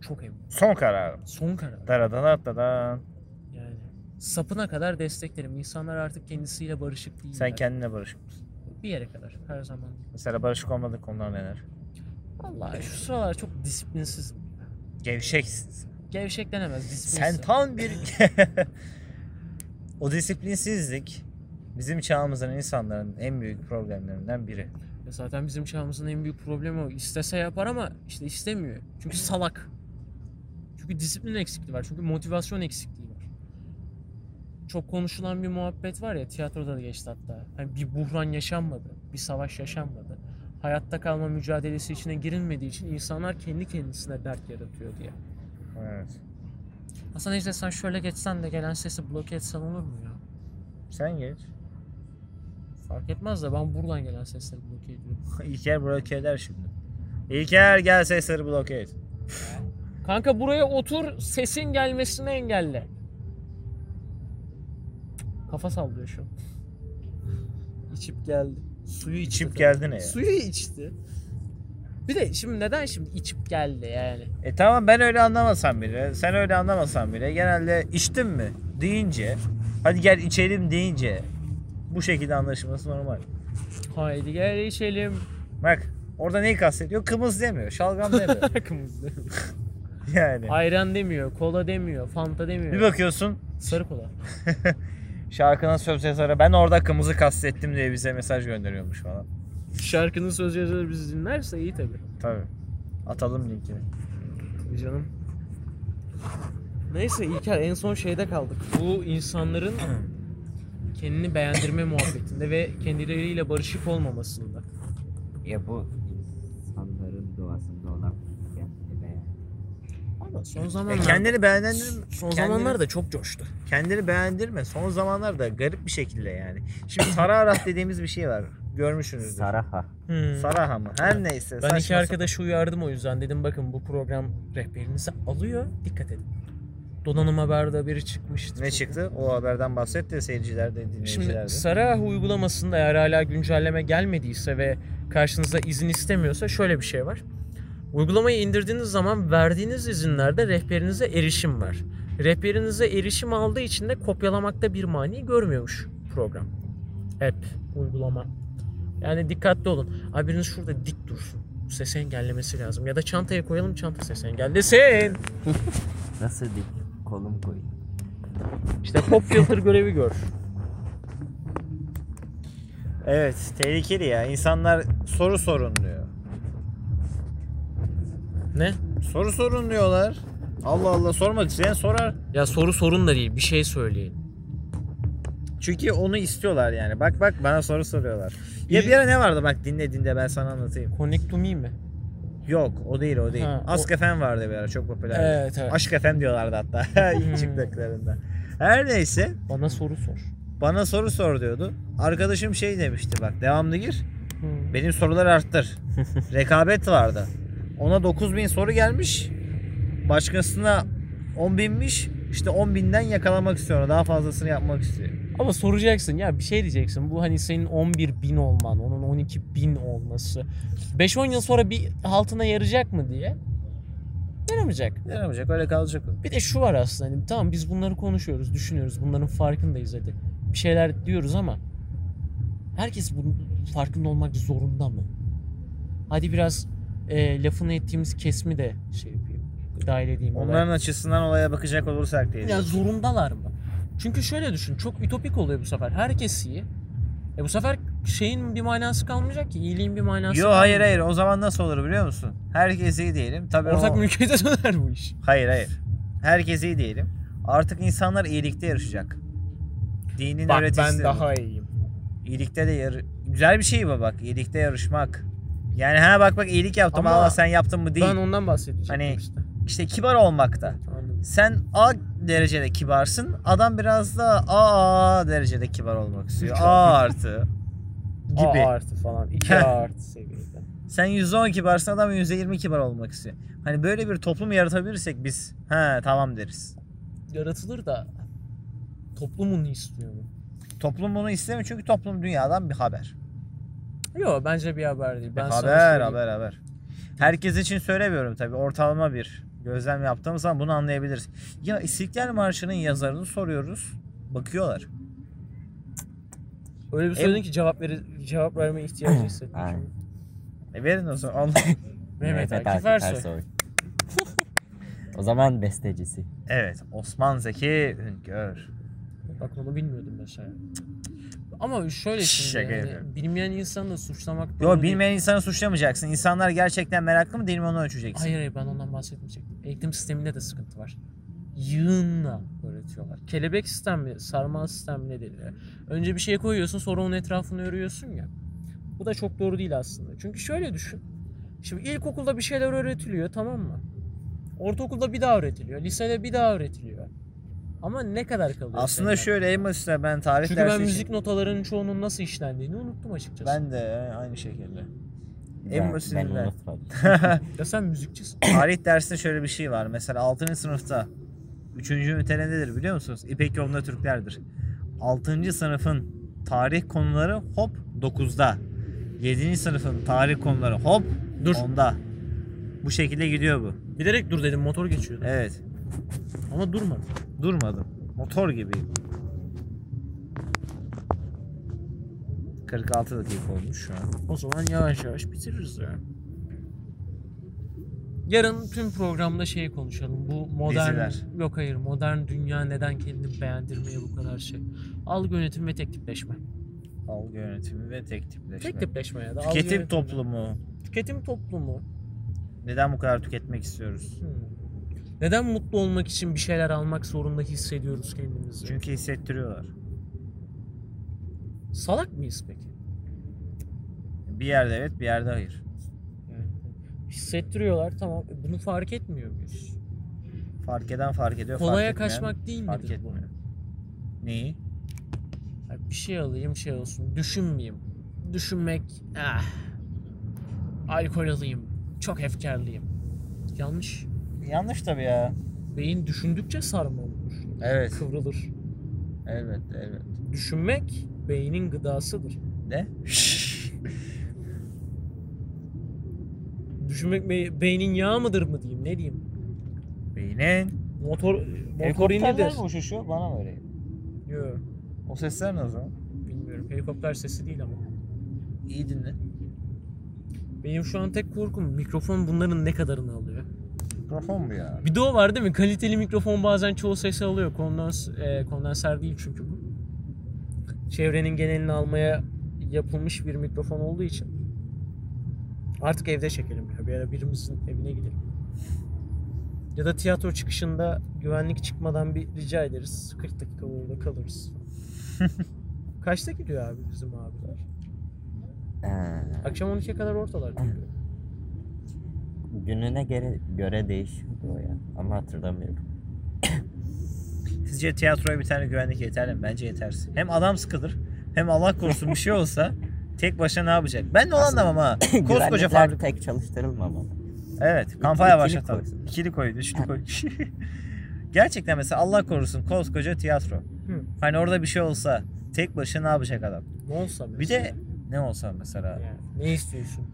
Speaker 1: Çok eminim.
Speaker 2: Son kararım.
Speaker 1: Son karar.
Speaker 2: Daradan dadan.
Speaker 1: Yani sapına kadar desteklerim. İnsanlar artık kendisiyle barışık değil.
Speaker 2: Sen kendine barışık mısın?
Speaker 1: Bir yere kadar her zaman. değil.
Speaker 2: Mesela barışık olmadık konular neler?
Speaker 1: Vallahi şu sıralar çok disiplinsizim.
Speaker 2: Gevşeksin.
Speaker 1: Gevşek
Speaker 2: *laughs*
Speaker 1: denemez disiplinsizim.
Speaker 2: Sen tam bir... o disiplinsizlik Bizim çağımızın insanların en büyük problemlerinden biri.
Speaker 1: Ya zaten bizim çağımızın en büyük problemi o. İstese yapar ama işte istemiyor. Çünkü salak. Çünkü disiplin eksikliği var. Çünkü motivasyon eksikliği var. Çok konuşulan bir muhabbet var ya tiyatroda da geçti hatta. Hani bir buhran yaşanmadı. Bir savaş yaşanmadı. Hayatta kalma mücadelesi içine girilmediği için insanlar kendi kendisine dert yaratıyor diye.
Speaker 2: Evet.
Speaker 1: Hasan Ejder sen şöyle geçsen de gelen sesi bloke etsen olur mu ya?
Speaker 2: Sen geç. *laughs*
Speaker 1: Fark etmez de ben buradan gelen sesleri bloke ediyorum.
Speaker 2: İlker bloke eder şimdi. İlker gel sesleri bloke et.
Speaker 1: Kanka buraya otur sesin gelmesini engelle. Kafa sallıyor şu. an.
Speaker 4: İçip geldi.
Speaker 1: Suyu
Speaker 2: İçip
Speaker 1: içti
Speaker 2: geldi ne ya?
Speaker 1: Suyu içti. Bir de şimdi neden şimdi içip geldi yani?
Speaker 2: E tamam ben öyle anlamasam bile, sen öyle anlamasan bile genelde içtim mi deyince, hadi gel içelim deyince bu şekilde anlaşılması normal.
Speaker 1: Haydi gel *laughs* içelim.
Speaker 2: Bak orada neyi kastediyor? Kımız demiyor,
Speaker 1: *laughs*
Speaker 2: şalgam demiyor.
Speaker 1: Takımızda.
Speaker 2: yani.
Speaker 1: Ayran demiyor, kola demiyor, fanta demiyor.
Speaker 2: Bir bakıyorsun
Speaker 1: Sarı kola.
Speaker 2: *laughs* şarkının söz yazarı ben orada kımızı kastettim diye bize mesaj gönderiyormuş falan.
Speaker 1: Şarkının söz yazarı bizi dinlerse iyi tabii.
Speaker 2: Tabii. Atalım linkini. E,
Speaker 1: Tabii canım. Neyse İlker en son şeyde kaldık. Bu *clears throat* insanların kendini beğendirme muhabbetinde ve kendileriyle barışık olmamasında.
Speaker 3: Ya bu insanların doğasında olan kendini beğen.
Speaker 1: Ama son
Speaker 2: E
Speaker 1: zamanlar...
Speaker 2: kendini beğenenlerin
Speaker 1: son
Speaker 2: kendini-
Speaker 1: zamanlarda çok coştu.
Speaker 2: kendini beğendirme. Son zamanlarda garip bir şekilde yani. Şimdi Sararat dediğimiz bir şey var. Görmüşsünüzdür.
Speaker 3: Saraha.
Speaker 2: Saraha mı? Her neyse.
Speaker 1: Ben
Speaker 2: saçma
Speaker 1: iki
Speaker 2: sapan.
Speaker 1: arkadaşı uyardım o yüzden. Dedim bakın bu program rehberinizi alıyor. Dikkat edin. Donanım Haber'de biri çıkmıştı.
Speaker 2: Ne çıktı? O haberden bahset de seyirciler de dinleyiciler
Speaker 1: Şimdi
Speaker 2: de.
Speaker 1: Sarah uygulamasında eğer hala güncelleme gelmediyse ve karşınıza izin istemiyorsa şöyle bir şey var. Uygulamayı indirdiğiniz zaman verdiğiniz izinlerde rehberinize erişim var. Rehberinize erişim aldığı için de kopyalamakta bir mani görmüyormuş program. App, uygulama. Yani dikkatli olun. Abi biriniz şurada dik dursun. Ses engellemesi lazım. Ya da çantaya koyalım çanta ses engellesin.
Speaker 3: Nasıl dik kolum koyayım.
Speaker 1: İşte pop filter görevi gör.
Speaker 2: Evet tehlikeli ya. İnsanlar soru sorun diyor.
Speaker 1: Ne?
Speaker 2: Soru sorun diyorlar. Allah Allah sormak isteyen sorar.
Speaker 1: Ya soru sorun da değil. Bir şey söyleyin.
Speaker 2: Çünkü onu istiyorlar yani. Bak bak bana soru soruyorlar. Ya bir ara ne vardı bak dinle dinle ben sana anlatayım.
Speaker 1: Connect to me mi?
Speaker 2: Yok o değil o değil.
Speaker 1: Ha, o-
Speaker 2: Ask FM vardı bir ara çok popüler.
Speaker 1: Evet, Hmm. evet.
Speaker 2: Aşk FM diyorlardı hatta *laughs* ilk çıktıklarında. Her neyse
Speaker 1: Bana soru sor.
Speaker 2: bana soru sor diyordu. Arkadaşım şey demişti bak devamlı gir. Benim soruları
Speaker 1: *laughs*
Speaker 2: arttır. Rekabet vardı. Ona 9000 soru gelmiş. Başkasına 10 binmiş. İşte 10 binden yakalamak istiyor. Daha fazlasını yapmak istiyor.
Speaker 1: Ama soracaksın ya bir şey diyeceksin. Bu hani senin 11 bin olman, onun 12 bin olması. 5-10 yıl sonra bir haltına yarayacak mı diye. Yaramayacak.
Speaker 2: Yaramayacak öyle kalacak. o.
Speaker 1: Bir de şu var aslında hani tamam biz bunları konuşuyoruz, düşünüyoruz. Bunların farkındayız hadi. Bir şeyler diyoruz ama herkes bunun farkında olmak zorunda mı? Hadi biraz e, lafını ettiğimiz kesmi de şey yapayım. Dahil edeyim. olaya.
Speaker 2: Onların açısından olaya bakacak olursak diye.
Speaker 1: Ya zorundalar mı? Çünkü şöyle düşün, çok ütopik oluyor bu sefer. Herkes iyi. E bu sefer şeyin bir manası kalmayacak ki, iyiliğin bir manası
Speaker 2: Yo hayır hayır o zaman nasıl olur biliyor musun? Herkes iyi diyelim. Tabii
Speaker 1: Ortak
Speaker 2: o-
Speaker 1: mülkiyete *laughs* döner bu iş.
Speaker 2: Hayır hayır. Herkes iyi diyelim. Artık insanlar iyilikte yarışacak. Dinin öğretisi de bu.
Speaker 1: iyiyim.
Speaker 2: İyilikte de yar- güzel bir şey bu bak. İyilikte yarışmak. Yani ha bak bak iyilik yaptım
Speaker 1: Ama
Speaker 2: Allah sen yaptın mı değil.
Speaker 1: Ben ondan bahsedeceğim
Speaker 2: Hani-
Speaker 1: işte.
Speaker 2: İşte kibar olmakta.
Speaker 1: Anladım.
Speaker 2: Sen A derecede kibarsın. Adam biraz da A derecede kibar olmak istiyor. A artı gibi.
Speaker 1: A artı falan, 2
Speaker 2: Heh.
Speaker 1: A artı seviyede.
Speaker 2: Sen 110 kibarsın adam 120 kibar olmak istiyor. Hani böyle bir toplum yaratabilirsek biz he tamam deriz.
Speaker 1: Yaratılır da toplum bunu istiyor mu?
Speaker 2: Toplum bunu istemiyor çünkü toplum dünyadan bir haber.
Speaker 1: Yo bence bir haber değil. Ben sana
Speaker 2: haber
Speaker 1: söyleyeyim.
Speaker 2: haber haber. Herkes için söylemiyorum tabii. Ortalama bir gözlem yaptığımız zaman bunu anlayabiliriz. Ya İstiklal Marşı'nın yazarını soruyoruz. Bakıyorlar.
Speaker 1: Öyle bir söyledin ki cevap veri, cevap verme *laughs* ihtiyacı hissettim.
Speaker 3: Aynen.
Speaker 1: şimdi.
Speaker 2: E verin o zaman. Allah- *laughs*
Speaker 1: Mehmet Akif Ersoy.
Speaker 3: o zaman bestecisi.
Speaker 2: evet. Osman Zeki Hünkör.
Speaker 1: Bak onu bilmiyordum mesela. Ama şöyle şimdi
Speaker 2: Şaka
Speaker 1: yani,
Speaker 2: yapıyorum.
Speaker 1: bilmeyen insanı da suçlamak doğru
Speaker 2: Yo
Speaker 1: değil.
Speaker 2: bilmeyen insanı suçlamayacaksın. İnsanlar gerçekten meraklı mı değil mi onu ölçeceksin.
Speaker 1: Hayır hayır ben ondan bahsetmeyecektim. Eğitim sisteminde de sıkıntı var. Yığınla öğretiyorlar. Kelebek sistemi, sarmal sistemi ne deniyor? Önce bir şey koyuyorsun sonra onun etrafını örüyorsun ya. Bu da çok doğru değil aslında. Çünkü şöyle düşün. Şimdi ilkokulda bir şeyler öğretiliyor tamam mı? Ortaokulda bir daha öğretiliyor. Lisede bir daha öğretiliyor. Ama ne kadar kalıyor?
Speaker 2: Aslında
Speaker 1: senin
Speaker 2: şöyle en basitinden ben tarih
Speaker 1: Çünkü
Speaker 2: dersi
Speaker 1: ben
Speaker 2: için-
Speaker 1: müzik notalarının çoğunun nasıl işlendiğini unuttum açıkçası.
Speaker 2: Ben de e, aynı şekilde. En
Speaker 3: Ben- ben
Speaker 2: basitinden.
Speaker 3: unutmadım.
Speaker 1: Ya sen müzikçisin.
Speaker 2: *laughs* tarih dersinde şöyle bir şey var. Mesela 6. sınıfta 3. ünite nedir biliyor musunuz? İpek yolunda Türklerdir. 6. sınıfın tarih konuları hop 9'da. 7. sınıfın tarih konuları hop
Speaker 1: Dur.
Speaker 2: 10'da. Bu şekilde gidiyor bu.
Speaker 1: Bilerek dur dedim motor geçiyordu.
Speaker 2: Evet.
Speaker 1: Ama durmadı.
Speaker 2: Durmadım. Motor gibiyim. 46 dakika olmuş şu an.
Speaker 1: O zaman yavaş yavaş bitiririz ya. Yarın tüm programda şey konuşalım. Bu modern
Speaker 2: Diziler.
Speaker 1: yok hayır modern dünya neden kendini beğendirmeye bu kadar şey. Algı yönetimi ve tek tipleşme.
Speaker 2: Algı yönetimi ve tek tipleşme.
Speaker 1: Tek tipleşme ya da algı
Speaker 2: Tüketim
Speaker 1: yönetimi.
Speaker 2: toplumu.
Speaker 1: Tüketim toplumu.
Speaker 2: Neden bu kadar tüketmek istiyoruz?
Speaker 1: Hmm. Neden mutlu olmak için bir şeyler almak zorunda hissediyoruz kendimizi?
Speaker 2: Çünkü hissettiriyorlar.
Speaker 1: Salak mıyız peki?
Speaker 2: Bir yerde evet, bir yerde hayır.
Speaker 1: Yani hissettiriyorlar tamam. E, Bunu fark etmiyor muyuz?
Speaker 2: Fark eden fark ediyor.
Speaker 1: Kolaya
Speaker 2: fark etmeyen
Speaker 1: kaçmak değil
Speaker 2: fark
Speaker 1: midir bu?
Speaker 2: etmiyor. Neyi?
Speaker 1: Ya Bir şey alayım şey olsun. Düşünmeyeyim. Düşünmek... Ah. Alkol alayım. Çok efkarlıyım. Yanlış.
Speaker 2: Yanlış tabii ya.
Speaker 1: Beyin düşündükçe sarma olur.
Speaker 2: Evet.
Speaker 1: Kıvrılır.
Speaker 2: Evet, evet.
Speaker 1: Düşünmek beynin gıdasıdır.
Speaker 2: Ne?
Speaker 1: Düşünmek be- beynin yağı mıdır mı diyeyim ne diyeyim.
Speaker 2: Beynin.
Speaker 1: Motor motor inidir.
Speaker 2: uçuşu bana mı öyle?
Speaker 1: Yok
Speaker 2: O sesler ne o zaman?
Speaker 1: bilmiyorum helikopter sesi değil ama.
Speaker 2: İyi dinle.
Speaker 1: Benim şu an tek korkum mikrofon bunların ne kadarını alıyor.
Speaker 2: Mikrofon bu ya.
Speaker 1: Bir de o var değil mi? Kaliteli mikrofon bazen çoğu sesi alıyor. Kondans, e, kondenser değil çünkü bu. Çevrenin genelini almaya yapılmış bir mikrofon olduğu için. Artık evde çekelim ya. Bir ara birimizin evine gidelim. Ya da tiyatro çıkışında güvenlik çıkmadan bir rica ederiz. 40 dakika orada kalırız. Kaçta gidiyor abi bizim abiler?
Speaker 3: Ee,
Speaker 1: Akşam 12'ye kadar ortalar. gidiyor.
Speaker 3: gününe göre, göre değişiyordu o ya. Ama hatırlamıyorum.
Speaker 2: Sizce tiyatroya bir tane güvenlik yeterli mi? Bence yetersiz. Hem adam sıkılır hem Allah korusun bir şey *laughs* olsa tek başına ne yapacak? Ben de onu
Speaker 3: Aslında-
Speaker 2: anlamam *coughs* ha. Koskoca
Speaker 3: Güvenlikler
Speaker 2: fabrika.
Speaker 3: tek çalıştırılmamalı.
Speaker 2: Evet kampanya
Speaker 3: ikili
Speaker 2: başlatalım.
Speaker 3: koysun.
Speaker 2: İkili koy, üçlü
Speaker 1: *laughs*
Speaker 2: koy. *laughs* Gerçekten mesela Allah korusun koskoca tiyatro.
Speaker 1: Hı.
Speaker 2: Hani orada bir şey olsa tek başına ne yapacak adam?
Speaker 1: Ne olsa mesela.
Speaker 2: Bir de ne olsa mesela
Speaker 1: Yani ne istiyorsun?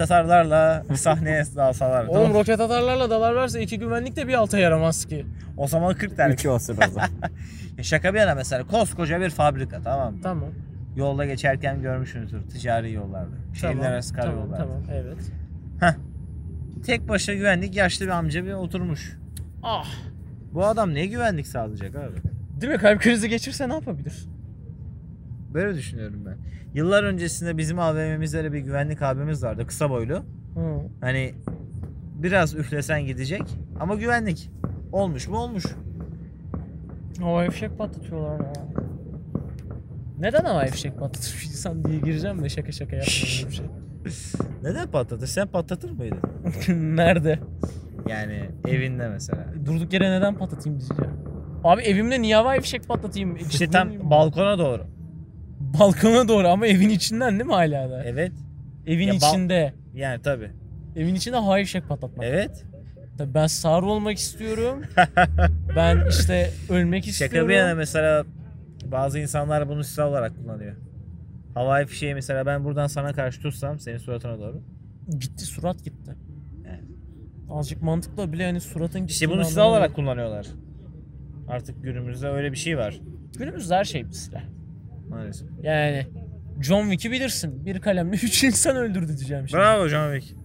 Speaker 1: *laughs*
Speaker 2: atarlarla sahneye dalsalar.
Speaker 1: Oğlum
Speaker 2: tamam.
Speaker 1: roket atarlarla dalar varsa iki güvenlik de bir alta yaramaz ki.
Speaker 2: O zaman 40 tane.
Speaker 3: Üçü olsun o
Speaker 2: *laughs*
Speaker 3: zaman.
Speaker 2: Ya Şaka bir yana mesela koskoca bir fabrika tamam mı?
Speaker 1: Tamam.
Speaker 2: Yolda geçerken görmüşsünüzdür ticari yollarda. Şehirler
Speaker 1: Tamam.
Speaker 2: arası
Speaker 1: Tamam,
Speaker 2: karayollarda.
Speaker 1: tamam. Evet.
Speaker 2: Tek başına güvenlik yaşlı bir amca bir oturmuş.
Speaker 1: Ah.
Speaker 2: Bu adam ne güvenlik sağlayacak abi?
Speaker 1: Değil mi? Kalp krizi geçirse ne yapabilir?
Speaker 2: Böyle düşünüyorum ben. Yıllar öncesinde bizim AVM'mizde de bir güvenlik abimiz vardı kısa boylu.
Speaker 1: Hı.
Speaker 2: Hani biraz üflesen gidecek ama güvenlik. Olmuş mu olmuş.
Speaker 1: Havai fişek patlatıyorlar ya. Neden havai fişek patlatır *laughs* insan diye gireceğim de şaka şaka yapmıyorum bir şey. *laughs*
Speaker 2: Neden patlatır? Sen patlatır mıydın?
Speaker 1: Nerede?
Speaker 2: Yani evinde mesela.
Speaker 1: Durduk yere neden patlatayım diyeceğim. Abi evimde niye havai fişek patlatayım? E,
Speaker 2: İşte
Speaker 1: ciddi
Speaker 2: tam
Speaker 1: miyim?
Speaker 2: balkona doğru.
Speaker 1: balkona doğru ama evin içinden değil mi hala da?
Speaker 2: Evet.
Speaker 1: evin
Speaker 2: E, ya bal-
Speaker 1: içinde.
Speaker 2: Yani tabi.
Speaker 1: Evin içinde havai fişek patlatmak.
Speaker 2: Evet.
Speaker 1: Tabii ben sar olmak
Speaker 2: *laughs*
Speaker 1: istiyorum. ben işte ölmek istiyorum.
Speaker 2: Şaka bir yana mesela bazı insanlar bunu silah olarak kullanıyor. Havai fişeği mesela ben buradan sana karşı tutsam senin suratına doğru.
Speaker 1: Gitti surat gitti.
Speaker 2: Evet.
Speaker 1: Azıcık mantıklı bile hani suratın gittiğini
Speaker 2: İşte bunu silah
Speaker 1: anlamıyorum.
Speaker 2: olarak kullanıyorlar. Artık günümüzde öyle bir şey var
Speaker 1: Günümüzde her şey bir silah.
Speaker 2: maalesef.
Speaker 1: Yani John Wick'i bilirsin. Bir kalemle *laughs* üç insan öldürdü diyeceğim şimdi.
Speaker 2: Bravo John Wick.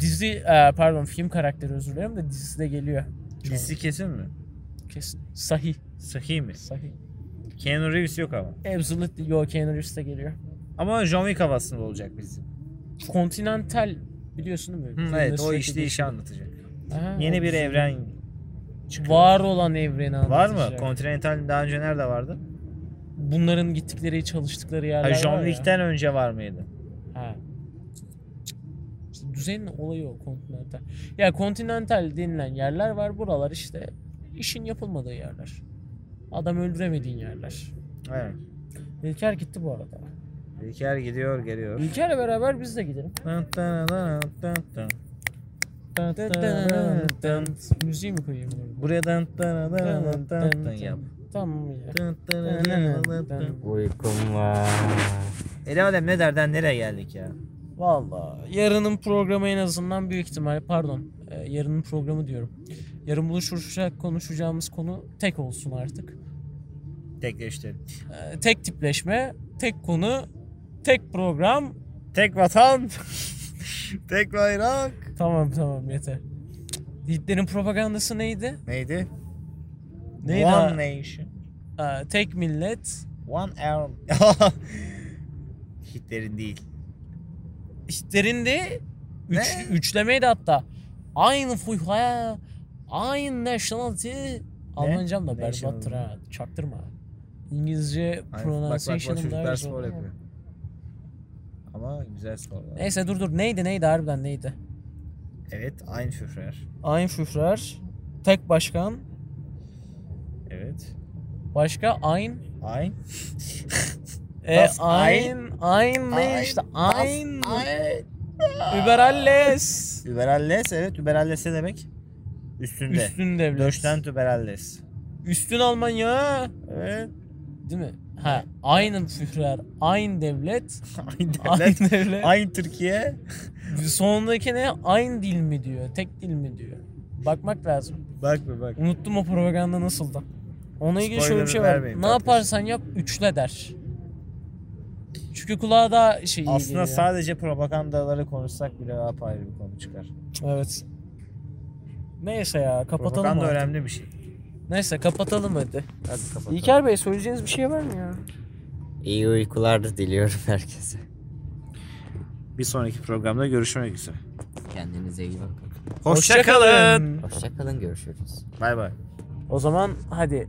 Speaker 1: Dizi, e, pardon film karakteri özür dilerim de dizisi de geliyor.
Speaker 2: Dizisi kesin mi?
Speaker 1: Kesin. Sahih.
Speaker 2: Sahi mi?
Speaker 1: Sahih.
Speaker 2: Keanu Reeves yok ama.
Speaker 1: Absolutely Yo Keanu Reeves de geliyor.
Speaker 2: Ama John Wick havasında olacak bizim.
Speaker 1: Continental biliyorsun değil mi?
Speaker 2: Hı,
Speaker 1: Filmde
Speaker 2: evet o
Speaker 1: sürekli
Speaker 2: işli işi
Speaker 1: geçiyor.
Speaker 2: anlatacak.
Speaker 1: Aha,
Speaker 2: Yeni
Speaker 1: o
Speaker 2: bir
Speaker 1: güzel.
Speaker 2: evren çıkıyor.
Speaker 1: Var olan evreni
Speaker 2: Var
Speaker 1: anlatacak.
Speaker 2: mı? Continental daha önce nerede vardı?
Speaker 1: Bunların gittikleri, çalıştıkları yerler
Speaker 2: Ha, John
Speaker 1: var ya.
Speaker 2: Wick'ten önce var mıydı?
Speaker 1: Ha. İşte düzenin olayı o kontinental. Ya kontinental denilen yerler var. Buralar işte işin yapılmadığı yerler. Adam öldüremediğin yerler.
Speaker 2: Evet.
Speaker 1: İlker gitti bu arada.
Speaker 2: İlker gidiyor geliyor.
Speaker 1: İlker'le beraber biz de gidelim. Müziği mi koyayım burada?
Speaker 2: Buraya dan dan dan dan dan dan yap.
Speaker 1: Tamam ya.
Speaker 2: Dan dan dan dan dan.
Speaker 3: Uykum var.
Speaker 2: Ele alem ne derden nereye geldik ya?
Speaker 1: Valla yarının programı en azından büyük ihtimal pardon e, yarının programı diyorum. Yarın buluşacak konuşacağımız konu tek olsun artık.
Speaker 2: Tekleştirelim.
Speaker 1: E, tek tipleşme, tek konu, tek program.
Speaker 2: Tek vatan. *laughs* Tek bayrak.
Speaker 1: Tamam tamam yeter. Hitler'in propagandası neydi?
Speaker 2: Neydi?
Speaker 1: Neydi?
Speaker 2: One
Speaker 1: ha?
Speaker 2: nation.
Speaker 1: E, tek millet.
Speaker 2: One arm. *laughs* Hitler'in değil.
Speaker 1: Hitler'in de üç,
Speaker 2: Ne?
Speaker 1: üçlemeydi hatta. Aynı fuhaya, aynı nationality. Almancam da berbattır
Speaker 2: Nationality.
Speaker 1: ha. Çaktırma. İngilizce
Speaker 2: Ay,
Speaker 1: pronunciation'ım da
Speaker 2: çocuklar
Speaker 1: ayrı
Speaker 2: spor
Speaker 1: oldu.
Speaker 2: yapıyor. Ama güzel sporlar.
Speaker 1: Neyse dur dur neydi neydi harbiden neydi?
Speaker 2: Evet, aynı Führer.
Speaker 1: Ein Führer, tek başkan,
Speaker 2: Evet.
Speaker 1: başka ein
Speaker 2: Ein.
Speaker 1: E,
Speaker 2: Das
Speaker 1: ein, ein ne
Speaker 2: Ein,
Speaker 1: işte
Speaker 2: das
Speaker 1: ein.
Speaker 2: Ein.
Speaker 1: Über alles.
Speaker 2: Überalles, evet. Überalles ne demek? Üstünde.
Speaker 1: Üstün devlet.
Speaker 2: Döşten Überalles.
Speaker 1: Üstün Almanya.
Speaker 2: Evet. *laughs*
Speaker 1: Değil mi? Ha, aynı Führer, aynı devlet,
Speaker 2: Aynı devlet.
Speaker 1: aynı devlet.
Speaker 2: Aynı Türkiye.
Speaker 1: Sondaki ne? Aynı dil mi diyor, tek dil mi diyor. Bakmak lazım.
Speaker 2: Bak bir bak.
Speaker 1: Unuttum o propaganda nasıldı. Ona ilgili şöyle bir
Speaker 2: Spoiler
Speaker 1: şey var.
Speaker 2: vermeyin
Speaker 1: Ne
Speaker 2: kardeşim.
Speaker 1: yaparsan yap üçle der. Çünkü kulağa daha şey iyi
Speaker 2: Aslında
Speaker 1: geliyor.
Speaker 2: sadece propagandaları konuşsak bile apayrı bir konu çıkar.
Speaker 1: Evet. Neyse ya kapatalım
Speaker 2: Propaganda
Speaker 1: artık.
Speaker 2: önemli bir şey.
Speaker 1: Neyse kapatalım hadi.
Speaker 2: Hadi kapatalım.
Speaker 1: İlker Bey söyleyeceğiniz bir şey var mı ya?
Speaker 3: İyi uykular da diliyorum herkese.
Speaker 2: Bir sonraki programda görüşmek üzere.
Speaker 3: Kendinize iyi bakın.
Speaker 2: Hoşça kalın.
Speaker 3: Hoşçakalın görüşürüz.
Speaker 2: Bay bay.
Speaker 1: O zaman hadi.